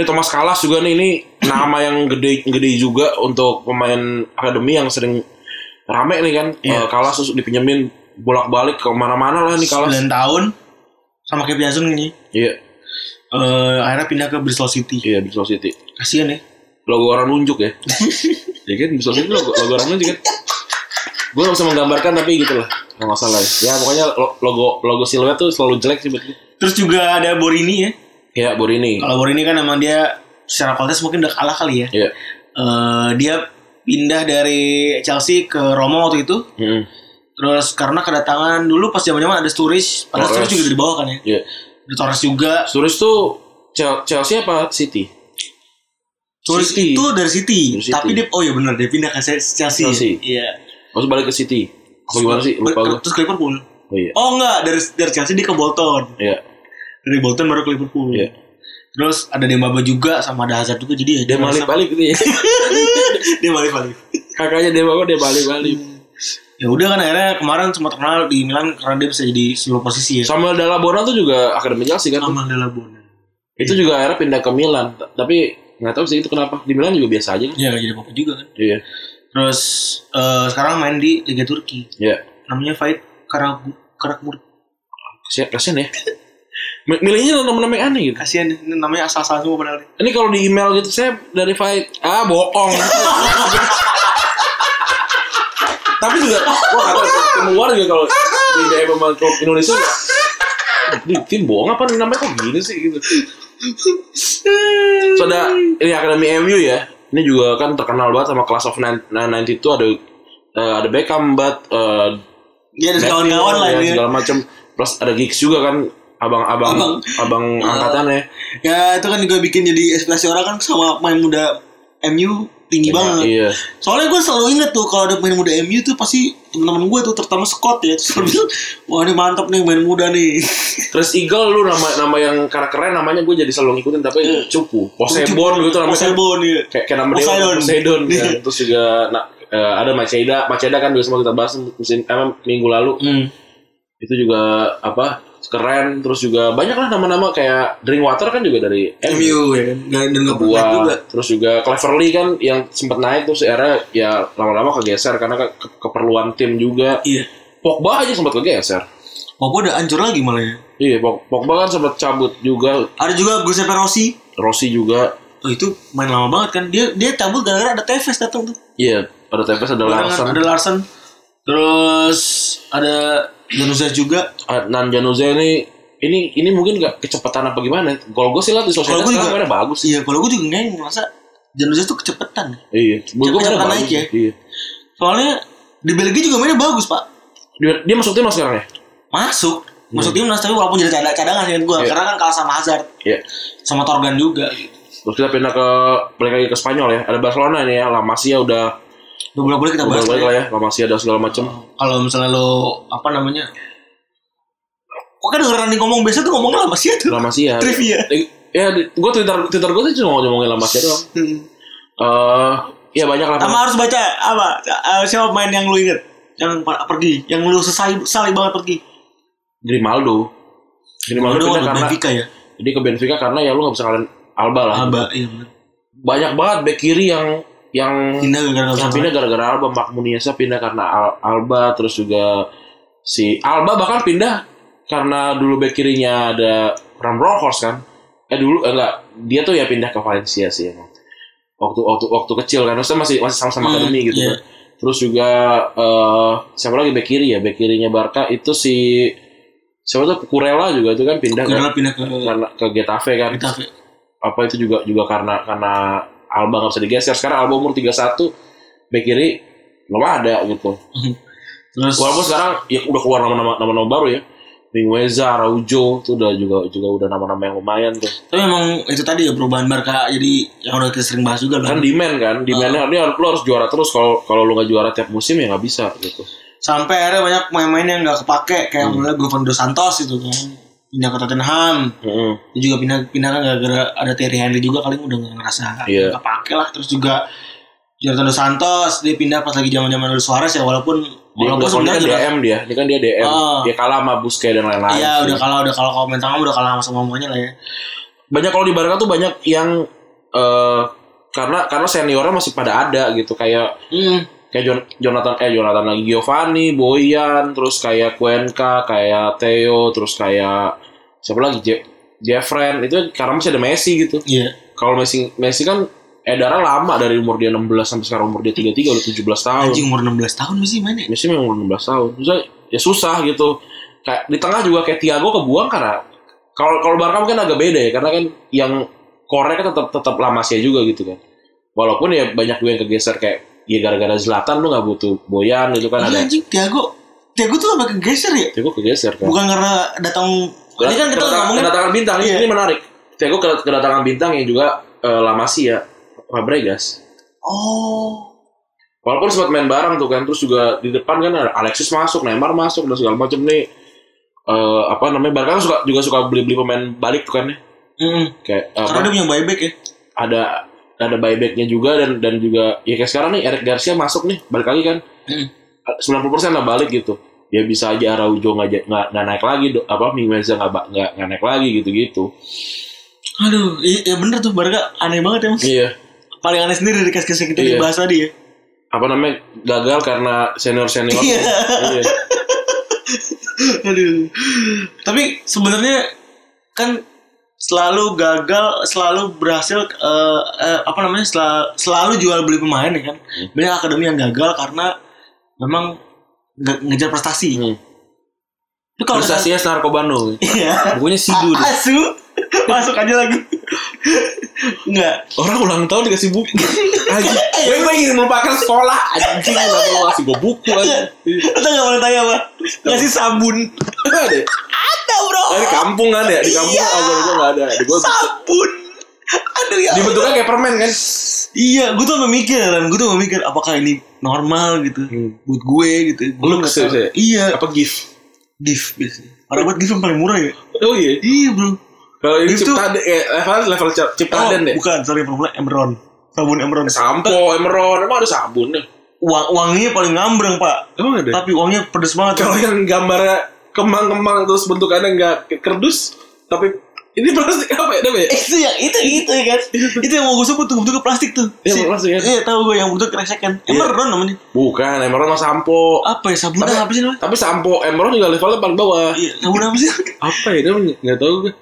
Speaker 2: Ini Thomas Kalas juga nih ini nama yang gede gede juga untuk pemain akademi yang sering rame nih kan. Eh,
Speaker 3: Iya.
Speaker 2: Kalas terus dipinjemin bolak-balik ke mana-mana lah nih Kalas.
Speaker 3: 9 tahun sama kayak Piazon ini.
Speaker 2: Iya,
Speaker 3: Eh, akhirnya pindah ke Bristol City.
Speaker 2: iya Bristol City.
Speaker 3: Kasian ya.
Speaker 2: logo orang nunjuk ya ya kan bisa sih logo, logo orang nunjuk kan gue gak bisa menggambarkan tapi gitu lah nggak masalah ya. ya pokoknya lo- logo logo siluet tuh selalu jelek sih buat gue.
Speaker 3: Terus juga ada Borini ya.
Speaker 2: ya Borini
Speaker 3: Kalau Borini kan emang dia secara kualitas mungkin udah kalah kali ya.
Speaker 2: ya
Speaker 3: Eh, dia pindah dari Chelsea ke Roma waktu itu.
Speaker 2: Mm-mm.
Speaker 3: Terus karena kedatangan dulu pas zaman-zaman ada Sturridge,
Speaker 2: Torres.
Speaker 3: padahal Sturridge juga dari bawah kan ya.
Speaker 2: ya
Speaker 3: Ada Torres juga.
Speaker 2: Sturridge tuh Chel- Chelsea apa City
Speaker 3: Sturridge
Speaker 2: City.
Speaker 3: itu dari City,
Speaker 2: Dari City.
Speaker 3: tapi dia oh iya benar dia pindah ke Chelsea.
Speaker 2: Chelsea.
Speaker 3: Iya.
Speaker 2: harus balik ke City apa gimana sih lupa gue
Speaker 3: Terus ke Liverpool.
Speaker 2: oh iya
Speaker 3: Oh enggak, dari dari Chelsea dia ke Bolton.
Speaker 2: Iya.
Speaker 3: Dari Bolton baru ke Liverpool.
Speaker 2: Iya.
Speaker 3: Terus ada Dembaba juga sama ada Hazard juga jadi ya
Speaker 2: Dia
Speaker 3: merasa-
Speaker 2: balik-balik gitu ya.
Speaker 3: dia balik balik.
Speaker 2: Kakaknya dia bawa dia balik-balik.
Speaker 3: Ya udah kan akhirnya kemarin sempat terkenal di Milan karena dia bisa jadi seluruh posisi ya.
Speaker 2: Samuel Dalabona tuh juga akademi Chelsea kan.
Speaker 3: Sama Dalabona.
Speaker 2: Itu juga akhirnya pindah ke Milan, T- tapi nggak tahu sih itu kenapa. Di Milan juga biasa aja kan.
Speaker 3: Iya nggak jadi apa-apa juga kan.
Speaker 2: Iya.
Speaker 3: Terus eh, sekarang main di Liga Turki.
Speaker 2: Iya.
Speaker 3: Namanya Fahit Karagu Karakmur.
Speaker 2: Kasihan, kasihan ya. Mi- Milihnya nama-nama yang aneh gitu.
Speaker 3: Kasihan ini namanya asal-asal semua padahal.
Speaker 2: Ini kalau di email gitu saya dari Fight ah bohong. Tapi juga wah kata tim luar juga kalau di DM sama klub Indonesia juga, di tim bohong apa nih namanya kok gini sih gitu. So, ada ini akademi MU ya. Ini juga kan terkenal banget sama Class of 9- 92 ada eh, ada Beckham but eh,
Speaker 3: Iya ada
Speaker 2: Matthew,
Speaker 3: kawan-kawan lah
Speaker 2: ya,
Speaker 3: ini.
Speaker 2: segala macam. Plus ada Giggs juga kan abang-abang
Speaker 3: Abang. Ah.
Speaker 2: abang angkatannya.
Speaker 3: Ya itu kan juga bikin jadi ekspektasi orang kan sama pemain muda MU tinggi banget.
Speaker 2: Iya.
Speaker 3: Soalnya gue selalu inget tuh kalau ada pemain muda MU tuh pasti teman-teman gue tuh terutama Scott ya terus selalu bilang wah ini mantap nih pemain muda nih.
Speaker 2: Terus Eagle lu nama nama yang karena keren namanya gue jadi selalu ngikutin tapi cupu. Posebon gitu namanya.
Speaker 3: Iya. Poseidon ya.
Speaker 2: Kayak, kayak nama dia
Speaker 3: Poseidon. Iya.
Speaker 2: Poseidon kan. Terus juga nah, eh, ada Maceda, Maceda kan dulu semua kita bahas musim emang minggu lalu
Speaker 3: Hmm.
Speaker 2: itu juga apa keren terus juga banyak lah nama-nama kayak Drinkwater kan juga dari
Speaker 3: MU ya kan dan dan nggak pernah juga.
Speaker 2: Buah, terus juga Cleverly kan yang sempat naik terus era ya lama-lama kegeser karena ke- ke- keperluan tim juga
Speaker 3: Iya.
Speaker 2: Pogba aja sempat kegeser
Speaker 3: Wah gue udah hancur lagi malah ya.
Speaker 2: iya Pog- Pogba kan sempat cabut juga
Speaker 3: Ada juga Giuseppe Rossi.
Speaker 2: Rossi juga
Speaker 3: Oh itu main lama banget kan. Dia dia cabut gara-gara ada Tevez datang tuh.
Speaker 2: Iya, ada Tempes, ada
Speaker 3: Barengan,
Speaker 2: Larsen,
Speaker 3: Ada Larsen. Terus ada Januzaj juga.
Speaker 2: Nan Januze ini ini ini mungkin nggak kecepatan apa gimana? Gol gue sih lihat di sosial
Speaker 3: Gol gua
Speaker 2: media
Speaker 3: juga.
Speaker 2: sekarang mainnya bagus. sih.
Speaker 3: Iya kalau gue juga nggak ngerasa Januzaj tuh kecepetan.
Speaker 2: Iya, gue gue mainnya
Speaker 3: Kecepatan
Speaker 2: bagus.
Speaker 3: naik ya.
Speaker 2: Iya.
Speaker 3: Soalnya di Belgia juga mainnya bagus pak.
Speaker 2: Dia, dia masuk timnas sekarang ya?
Speaker 3: masuk masuk timnas tapi walaupun jadi cadang cadangan sih gue
Speaker 2: Hmm. Iya.
Speaker 3: karena kan kalah sama Hazard
Speaker 2: Iya.
Speaker 3: sama Torgan juga gitu.
Speaker 2: Terus kita pindah ke balik lagi ke Spanyol ya. Ada Barcelona ini ya, La Masia udah
Speaker 3: udah boleh boleh kita
Speaker 2: udah
Speaker 3: bahas
Speaker 2: balik
Speaker 3: ya.
Speaker 2: lah ya, La Masia ada segala macam.
Speaker 3: kalau misalnya lo apa namanya kok kan denger Rani ngomong biasa tuh ngomongnya lama sih tuh
Speaker 2: La Masia.
Speaker 3: trivia
Speaker 2: Eh, Ya, gue Twitter Twitter gue tuh cuma ngomongin La Masia doang.
Speaker 3: Hmm.
Speaker 2: Eh, ya banyak lah.
Speaker 3: sama harus baca apa eh, siapa pemain yang lo inget yang pa- pergi yang lo sesali sesali banget pergi
Speaker 2: Grimaldo. Grimaldo
Speaker 3: Ronaldo
Speaker 2: pindah
Speaker 3: ke
Speaker 2: karena
Speaker 3: Benfica ya
Speaker 2: jadi ke Benfica karena ya lu nggak bisa ngalahin Alba lah.
Speaker 3: Aba iya bener.
Speaker 2: banyak banget back kiri yang yang
Speaker 3: pindah gara-gara nggak bisa
Speaker 2: yang pindah gara-gara Alba Mark Muniesa pindah karena Al- Alba terus juga si Alba bahkan pindah karena dulu back kirinya ada Ram Bronckhorst kan eh dulu eh, enggak dia tuh ya pindah ke Valencia sih emang waktu waktu waktu kecil kan maksudnya masih masih sama-sama
Speaker 3: Hmm,
Speaker 2: akademi gitu
Speaker 3: iya.
Speaker 2: kan. terus juga eh siapa lagi back kiri ya back kirinya Barca itu si siapa tuh Kurela juga itu kan pindah kan,
Speaker 3: gara-gara pindah ke
Speaker 2: karena ke Getafe kan
Speaker 3: Getafe.
Speaker 2: apa itu juga juga karena karena Alba nggak bisa digeser sekarang Alba umur 31 back kiri belum ada gitu
Speaker 3: terus
Speaker 2: walaupun sekarang ya udah keluar nama-nama nama-nama baru ya Mingueza, Araujo itu udah juga juga udah nama-nama yang lumayan tuh
Speaker 3: tapi memang itu tadi ya perubahan Barca jadi yang udah kita sering bahas juga kan
Speaker 2: kan demand kan
Speaker 3: Ah.
Speaker 2: demandnya dia harus- lo harus juara terus kalau kalau lo nggak juara tiap musim ya nggak bisa gitu
Speaker 3: sampai akhirnya banyak pemain-pemain yang nggak kepake kayak
Speaker 2: Hmm.
Speaker 3: mulai Govan dos Santos itu kan pindah ke Tottenham
Speaker 2: Heeh.
Speaker 3: dia juga pindah pindah kan gara-gara ada Terry Henry juga kali udah nggak ngerasa
Speaker 2: Iya.
Speaker 3: nggak kepake lah terus juga Jonathan dos Santos dia pindah pas lagi zaman-zaman Luis Suarez ya walaupun
Speaker 2: dia ini
Speaker 3: walaupun
Speaker 2: kan
Speaker 3: sebenarnya juga
Speaker 2: DM dia ini kan dia DM
Speaker 3: Ah.
Speaker 2: dia kalah sama Busquets dan lain-lain
Speaker 3: Iya
Speaker 2: Ah, sih.
Speaker 3: udah kalah udah kalah kalau main tangan udah kalah sama semuanya lah ya
Speaker 2: banyak kalau di Barca tuh banyak yang eh karena karena seniornya masih pada ada gitu kayak
Speaker 3: hmm.
Speaker 2: kayak Jon- Jonathan eh Jonathan lagi Giovanni, Boyan, terus kayak Cuenca, kayak Theo, terus kayak siapa lagi Je Jeffren itu karena masih ada Messi gitu.
Speaker 3: iya
Speaker 2: Kalau Messi Messi kan edaran lama dari umur dia 16 sampai sekarang umur dia 33 udah 17 tahun.
Speaker 3: anjing umur 16 tahun masih main ya
Speaker 2: Messi memang umur 16 tahun. Terus ya susah gitu. Kayak di tengah juga kayak Thiago kebuang karena kalau kalau Barca mungkin agak beda ya karena kan yang Korea kan tetap tetap Lamasya juga gitu kan. Walaupun ya banyak juga yang kegeser kayak ya gara-gara Zlatan lu nggak butuh Boyan gitu kan
Speaker 3: Iya,
Speaker 2: ada.
Speaker 3: anjing Tiago Tiago tuh sampai kegeser ya
Speaker 2: Thiago kegeser kan.
Speaker 3: bukan karena datang ini kan kita
Speaker 2: Kedatangan-
Speaker 3: ngomongin
Speaker 2: kedatangan bintang ini-
Speaker 3: Iya.
Speaker 2: ini menarik. Thiago ke- kedatangan bintang yang juga eh, Lamasya Fabregas.
Speaker 3: oh
Speaker 2: Walaupun sempat main bareng tuh kan, terus juga di depan kan ada Alexis masuk, Neymar masuk, dan segala macam nih. eh apa namanya? Barca kan suka juga suka beli-beli pemain balik tuh kan ya. Mm-mm. Kayak apa?
Speaker 3: Karena dia punya buyback ya.
Speaker 2: ada ada buybacknya juga dan dan juga ya kayak sekarang nih Eric Garcia masuk nih balik lagi kan 90% lah balik gitu dia bisa aja Araujo nggak ja- nggak nggak naik lagi do- apa Mingweza nggak ba- nggak nggak naik lagi gitu gitu
Speaker 3: Aduh, i- ya bener tuh Barga aneh banget ya Mas.
Speaker 2: iya
Speaker 3: Paling aneh sendiri dari kasus kita
Speaker 2: Iya.
Speaker 3: dibahas tadi ya.
Speaker 2: apa namanya gagal karena senior senior
Speaker 3: Iya.
Speaker 2: iya
Speaker 3: Aduh. Tapi sebenarnya kan selalu gagal, selalu berhasil eh, eh, apa namanya sel- selalu jual beli pemain ya kan.
Speaker 2: Hmm.
Speaker 3: Banyak akademi yang gagal karena memang nge- ngejar prestasi.
Speaker 2: Hmm.
Speaker 3: Itu kalau
Speaker 2: prestasinya Narko Bandung
Speaker 3: Iya.
Speaker 2: bukunya Sidu deh.
Speaker 3: Asu. Masuk aja lagi. Enggak.
Speaker 2: orang ulang tahun dikasih buku aja
Speaker 3: Iya.
Speaker 2: gue gue ingin melupakan sekolah anjing kenapa lu kasih gue buku kan? aja
Speaker 3: Iya. Itu nggak boleh tanya apa? Ngasih sabun.
Speaker 2: ada
Speaker 3: Ada bro.
Speaker 2: di Iya kampung kan ya di kampung
Speaker 3: Iya.
Speaker 2: awal gue nggak ada di gue
Speaker 3: Sabun. Aduh ya.
Speaker 2: dibentuknya kayak permen kan
Speaker 3: Iya, gue tuh memikir, gue tuh memikir apakah ini normal gitu
Speaker 2: Hmm.
Speaker 3: buat gue gitu. Gue
Speaker 2: Lu
Speaker 3: nggak
Speaker 2: kesel,
Speaker 3: tahu.
Speaker 2: ya?
Speaker 3: Iya,
Speaker 2: apa gift
Speaker 3: gift biasanya. Orang buat gift yang paling murah ya.
Speaker 2: oh iya
Speaker 3: Iya bro.
Speaker 2: Kalau ini
Speaker 3: Itu-
Speaker 2: cipta eh, level level Cip-
Speaker 3: Oh,
Speaker 2: ciptaden deh.
Speaker 3: bukan, sorry formula Emeron. Sabun Emeron.
Speaker 2: Sampo, emeron, emang ada sabunnya.
Speaker 3: Uang, wanginya paling ngambreng pak.
Speaker 2: Emang ada.
Speaker 3: Tapi wanginya pedes banget.
Speaker 2: Kalau yang gambarnya kembang-kembang terus bentukannya nggak ke- kerdus, tapi ini plastik apa ya namanya?
Speaker 3: Eh, itu yang itu itu ya kan. itu yang mau gue sebut tuh bentuknya plastik tuh.
Speaker 2: Iya,
Speaker 3: Si-
Speaker 2: plastik, ya.
Speaker 3: Iya tahu gue yang bentuk keresekan. Emeron namanya.
Speaker 2: Bukan, emeron sama sampo.
Speaker 3: Apa ya sabun apa sih namanya?
Speaker 2: Tapi sampo emeron juga levelnya paling bawah.
Speaker 3: Iya, sabun apa sih?
Speaker 2: Apa ya namanya? Nggak tahu gue.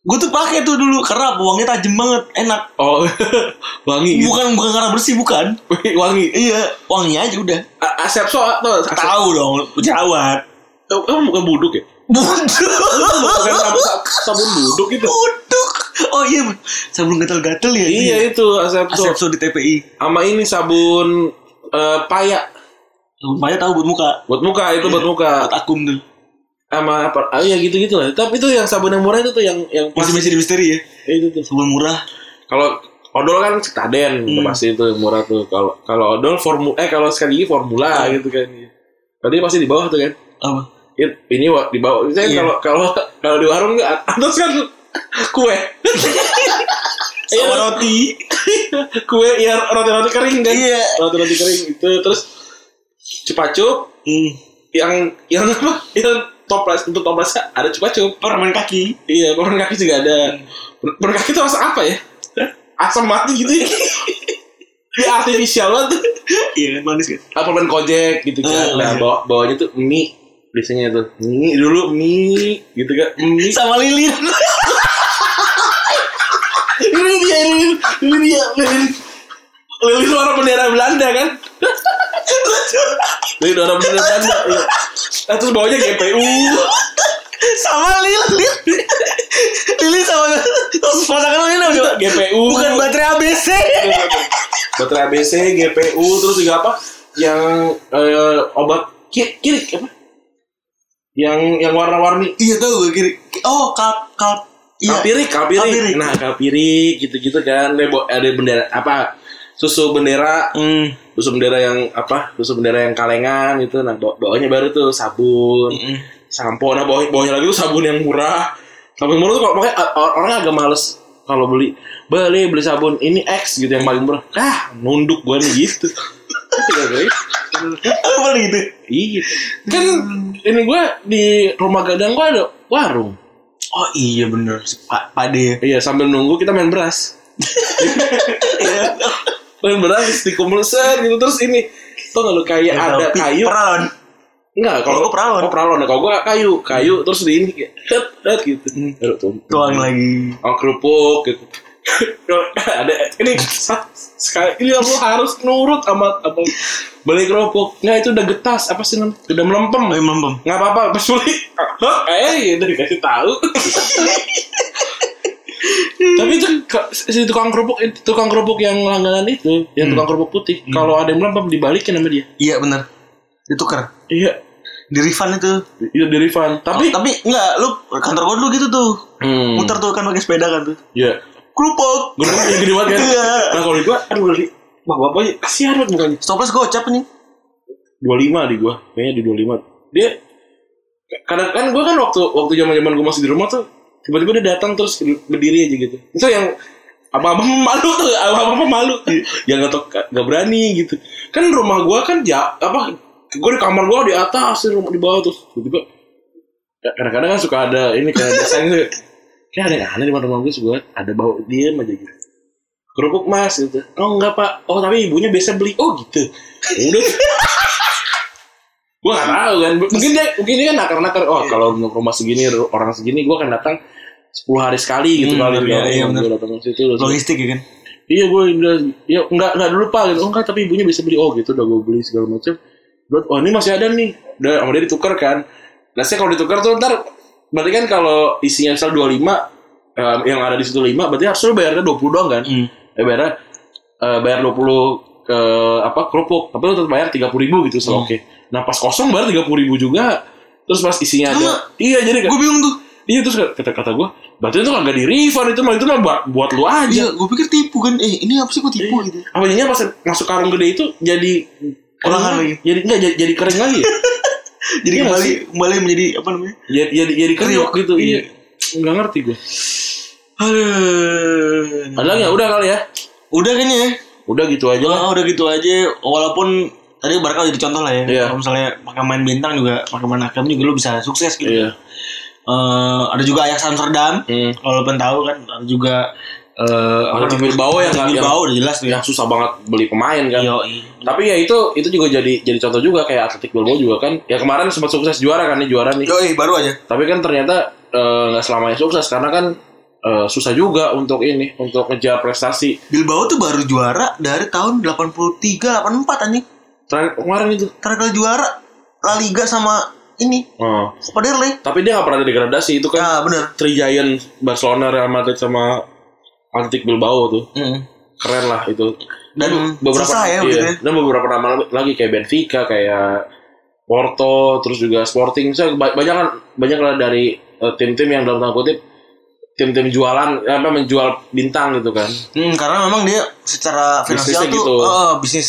Speaker 3: gue tuh pakai tuh dulu karena apa, wanginya tajam banget, enak.
Speaker 2: Oh, wangi. gitu.
Speaker 3: Bukan bukan karena bersih bukan.
Speaker 2: wangi.
Speaker 3: Iya, wanginya aja udah.
Speaker 2: A- Asep soal tuh.
Speaker 3: Tahu dong, jerawat.
Speaker 2: Emang bukan buduk ya? Bukan
Speaker 3: Buduk.
Speaker 2: sabun, sabun buduk gitu.
Speaker 3: Buduk. Oh iya, Bro. sabun gatal-gatal ya.
Speaker 2: Iya itu Asep so.
Speaker 3: Asepso di TPI.
Speaker 2: Sama ini sabun eh, paya
Speaker 3: Lumayan tahu buat muka.
Speaker 2: buat muka itu buat muka
Speaker 3: Buat akum tuh.
Speaker 2: sama apa ah, ya gitu gitu lah tapi itu yang sabun yang murah itu tuh yang yang
Speaker 3: Masih
Speaker 2: plastik.
Speaker 3: masih di misteri ya.
Speaker 2: itu tuh
Speaker 3: Sabun murah.
Speaker 2: kalau odol kan cetaden itu
Speaker 3: Hmm.
Speaker 2: pasti itu yang murah tuh kalau kalau odol formula eh kalau sekali lagi formula gitu kan berarti pasti di bawah tuh kan
Speaker 3: Apa?
Speaker 2: It- ini wa- di bawah saya
Speaker 3: Iya.
Speaker 2: kalau kalau kalau di warung nggak atas kan kue Iya.
Speaker 3: Sama roti.
Speaker 2: kue ya roti roti kering kan
Speaker 3: Iya.
Speaker 2: roti roti kering itu terus cupacup
Speaker 3: Hmm.
Speaker 2: yang yang apa yang toples untuk toplesnya ada cupacup
Speaker 3: Permen kaki.
Speaker 2: Iya, permen kaki juga ada.
Speaker 3: Hmm.
Speaker 2: Per- Permen kaki itu rasa apa ya? Asam mati gitu ya. Dia artificial banget.
Speaker 3: Iya kan manis kan.
Speaker 2: Ah, permen kojek gitu kan.
Speaker 3: Eh,
Speaker 2: Nah,
Speaker 3: iya.
Speaker 2: bawa, bawahnya tuh mie. Biasanya tuh mie dulu mie gitu kan. Mie.
Speaker 3: Sama lilin.
Speaker 2: Ini dia, ini ini dia, lilin. Lilin warna bendera Belanda kan? Lilin warna bendera Belanda. Iya. Nah, terus bawahnya GPU.
Speaker 3: sama lilin. lilin sama terus pasangan lilin apa? coba?
Speaker 2: GPU.
Speaker 3: Bukan baterai ABC.
Speaker 2: baterai ABC, GPU, terus juga apa? Yang eh, obat kit, kit apa? Yang yang warna-warni.
Speaker 3: Iya tahu gue kiri. Oh, Iya. kal kal
Speaker 2: Kalpirik, Iya. kalpirik.
Speaker 3: Kalpirik.
Speaker 2: Nah, kalpirik gitu-gitu kan. Ada bo- Ada bendera apa? Susu bendera,
Speaker 3: Hmm.
Speaker 2: susu bendera yang apa? Susu bendera yang kalengan gitu. Nah, baw- bawahnya baru tuh sabun,
Speaker 3: Mm-mm.
Speaker 2: sampo. Nah, bawah- bawahnya lagi tuh sabun yang murah. Sabun murah tuh kalau makanya or- orang agak males kalau beli beli beli sabun ini X gitu yang paling murah. Ah, nunduk gua nih gitu.
Speaker 3: Apa paling gitu?
Speaker 2: Iya. Kan ini gue di rumah gadang gue ada warung.
Speaker 3: Oh iya bener Pak Pade ya.
Speaker 2: Iya sambil nunggu kita main beras.
Speaker 3: Iya.
Speaker 2: main beras dikumpul set gitu terus ini tuh nggak lu kayak ada
Speaker 3: Pi-
Speaker 2: kayu
Speaker 3: Peralon.
Speaker 2: nggak
Speaker 3: Iya, Kalau
Speaker 2: kalau
Speaker 3: gua peralon.
Speaker 2: oh, peralon kalau gue kayu kayu terus di ini kayak tet tet gitu
Speaker 3: Hmm.
Speaker 2: Baru tuh
Speaker 3: Tuang lagi.
Speaker 2: oh kerupuk gitu ada ini sa- sekali ini lu harus nurut sama apa beli kerupuk nggak itu udah getas apa sih namanya udah melempem ya?
Speaker 3: Oh, emang bang.
Speaker 2: nggak apa-apa pas beli eh gitu dikasih tahu tapi itu ke- si tukang kerupuk tukang kerupuk yang langganan itu yang tukang kerupuk putih kalau ada yang melempem dibalikin sama dia
Speaker 3: Iya bener Ditukar.
Speaker 2: iya
Speaker 3: Di refund itu. Oh,
Speaker 2: itu dari fan tapi
Speaker 3: Tapi enggak lu kantor gua dulu gitu tuh.
Speaker 2: hmm,
Speaker 3: Muter tuh kan pakai sepeda kan tuh.
Speaker 2: iya
Speaker 3: Kerupuk.
Speaker 2: gue yang gede banget kan
Speaker 3: Iya.
Speaker 2: nah kalau di gua aduh dari wah bapaknya kasihan banget mukanya
Speaker 3: Stopless gocap nih.
Speaker 2: 25 di gua kayaknya di 25 dia kadang kan gua kan waktu waktu zaman zaman gua masih di rumah tuh tiba-tiba dia datang terus berdiri aja gitu itu yang abang-abang malu tuh abang-abang pemalu ya nggak tau nggak berani gitu kan rumah gua kan ja apa gua di kamar gua di atas di rumah di bawah terus tiba-tiba kadang-kadang kan suka ada ini kayak ada sign gitu kayak ada yang aneh di rumah gua gua ada bau diem aja gitu kerupuk mas gitu oh enggak pak oh tapi ibunya biasa beli oh gitu udah gua nggak tahu kan mungkin dia mungkin dia kan nakar-nakar oh
Speaker 3: Iya.
Speaker 2: kalau rumah segini ru- orang segini gua akan datang 10 hari sekali gitu
Speaker 3: Hmm,
Speaker 2: kali
Speaker 3: iya, iya,
Speaker 2: Gua
Speaker 3: bener.
Speaker 2: datang ke situ terus-
Speaker 3: Logistik ya kan?
Speaker 2: iya gue bilang ya enggak enggak dulu pak gitu oh, enggak tapi ibunya bisa beli oh gitu udah gue beli segala macam Buat, oh ini masih ada nih udah sama dia ditukar kan biasanya kalau ditukar tuh ntar berarti kan kalau isinya misal 25 em, eh, yang ada di situ 5 berarti harus lu bayarnya 20 doang kan
Speaker 3: Hmm.
Speaker 2: eh bayarnya eh, bayar 20 ke apa kerupuk tapi lu tetap bayar 30 ribu gitu so
Speaker 3: Hmm.
Speaker 2: oke nah pas kosong bayar 30 ribu juga terus pas isinya
Speaker 3: Sama.
Speaker 2: ada iya jadi
Speaker 3: Gue bingung tuh.
Speaker 2: iya terus kata kata gue berarti itu kagak di refund itu mah itu mah buat, buat lu aja
Speaker 3: Iya, gue pikir tipu kan. Eh, ini apa sih gue tipu gitu?
Speaker 2: apa jadinya pas masuk karung gede itu jadi
Speaker 3: Ulangan
Speaker 2: kering
Speaker 3: lagi.
Speaker 2: jadi enggak jadi, jadi kering lagi ya?
Speaker 3: Jadi
Speaker 2: Iya
Speaker 3: kembali
Speaker 2: sih.
Speaker 3: kembali menjadi apa namanya?
Speaker 2: jadi jadi, jadi kriuk
Speaker 3: Kriuk,
Speaker 2: gitu
Speaker 3: iya.
Speaker 2: iya nggak ngerti gue
Speaker 3: Aduh.
Speaker 2: ada lagi nggak? udah kali ya
Speaker 3: Udah kayaknya ya.
Speaker 2: udah gitu aja lah
Speaker 3: Ah, udah gitu aja walaupun tadi Barca jadi contoh lah ya.
Speaker 2: Iya.
Speaker 3: Kalau misalnya pakai main bintang juga, pakai main hakam juga lu bisa sukses gitu.
Speaker 2: iya
Speaker 3: Eh, ada juga Ajax Amsterdam.
Speaker 2: hmm.
Speaker 3: Kalau lu pengen tahu kan ada juga eh
Speaker 2: ada tim Bilbao yang
Speaker 3: yang Iya.
Speaker 2: nggak- yang,
Speaker 3: Bilbao udah jelas tuh ya.
Speaker 2: yang susah banget beli pemain kan
Speaker 3: Yoi.
Speaker 2: tapi ya itu itu juga jadi jadi contoh juga kayak Atletik Bilbao juga kan ya kemarin sempat sukses juara kan nih juara nih
Speaker 3: Yoi, baru aja.
Speaker 2: tapi kan ternyata eh, nggak selamanya sukses karena kan eh, susah juga untuk ini untuk ngejar prestasi
Speaker 3: Bilbao tuh baru juara dari tahun 83 84 anjing.
Speaker 2: Terakhir- kemarin itu
Speaker 3: Terakhir kali juara La Liga sama ini
Speaker 2: Oh.
Speaker 3: Copa del Rey.
Speaker 2: tapi dia nggak pernah degradasi itu kan
Speaker 3: Nah, bener.
Speaker 2: Three Giant Barcelona Real Madrid sama Atletic Bilbao tuh
Speaker 3: Hmm.
Speaker 2: keren lah itu
Speaker 3: Dan
Speaker 2: beberapa
Speaker 3: susah
Speaker 2: iya,
Speaker 3: ya begitu ya.
Speaker 2: dan beberapa nama lagi kayak Benfica kayak Porto terus juga Sporting saya ba- banyak kan banyak lah dari eh, tim-tim yang dalam tanda kutip tim-tim jualan apa menjual bintang gitu kan
Speaker 3: Hmm, karena memang dia secara
Speaker 2: Bisnisnya
Speaker 3: finansial tuh
Speaker 2: gitu. Hmm.
Speaker 3: eh, bisnis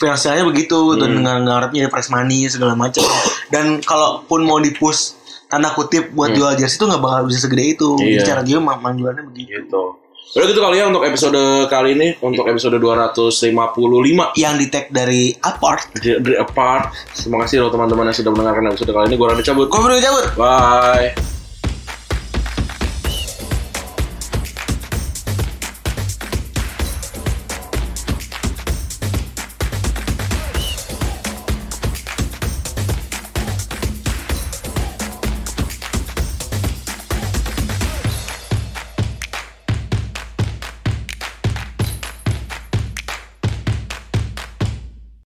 Speaker 3: finansialnya begitu dan dengan ngarepnya ada prize money segala macam. dan kalaupun mau dipus tanda kutip buat jual jersey itu nggak bakal bisa segede itu. Jadi
Speaker 2: Hmm. Iya.
Speaker 3: cara dia mah mah jualnya begitu.
Speaker 2: gitu udah gitu kali ya untuk episode kali ini untuk episode 255
Speaker 3: Yang di tag dari Apart.
Speaker 2: The, The Apart terima kasih loh teman-teman yang sudah mendengarkan episode kali ini gue Rani cabut
Speaker 3: Gue baru cabut.
Speaker 2: bye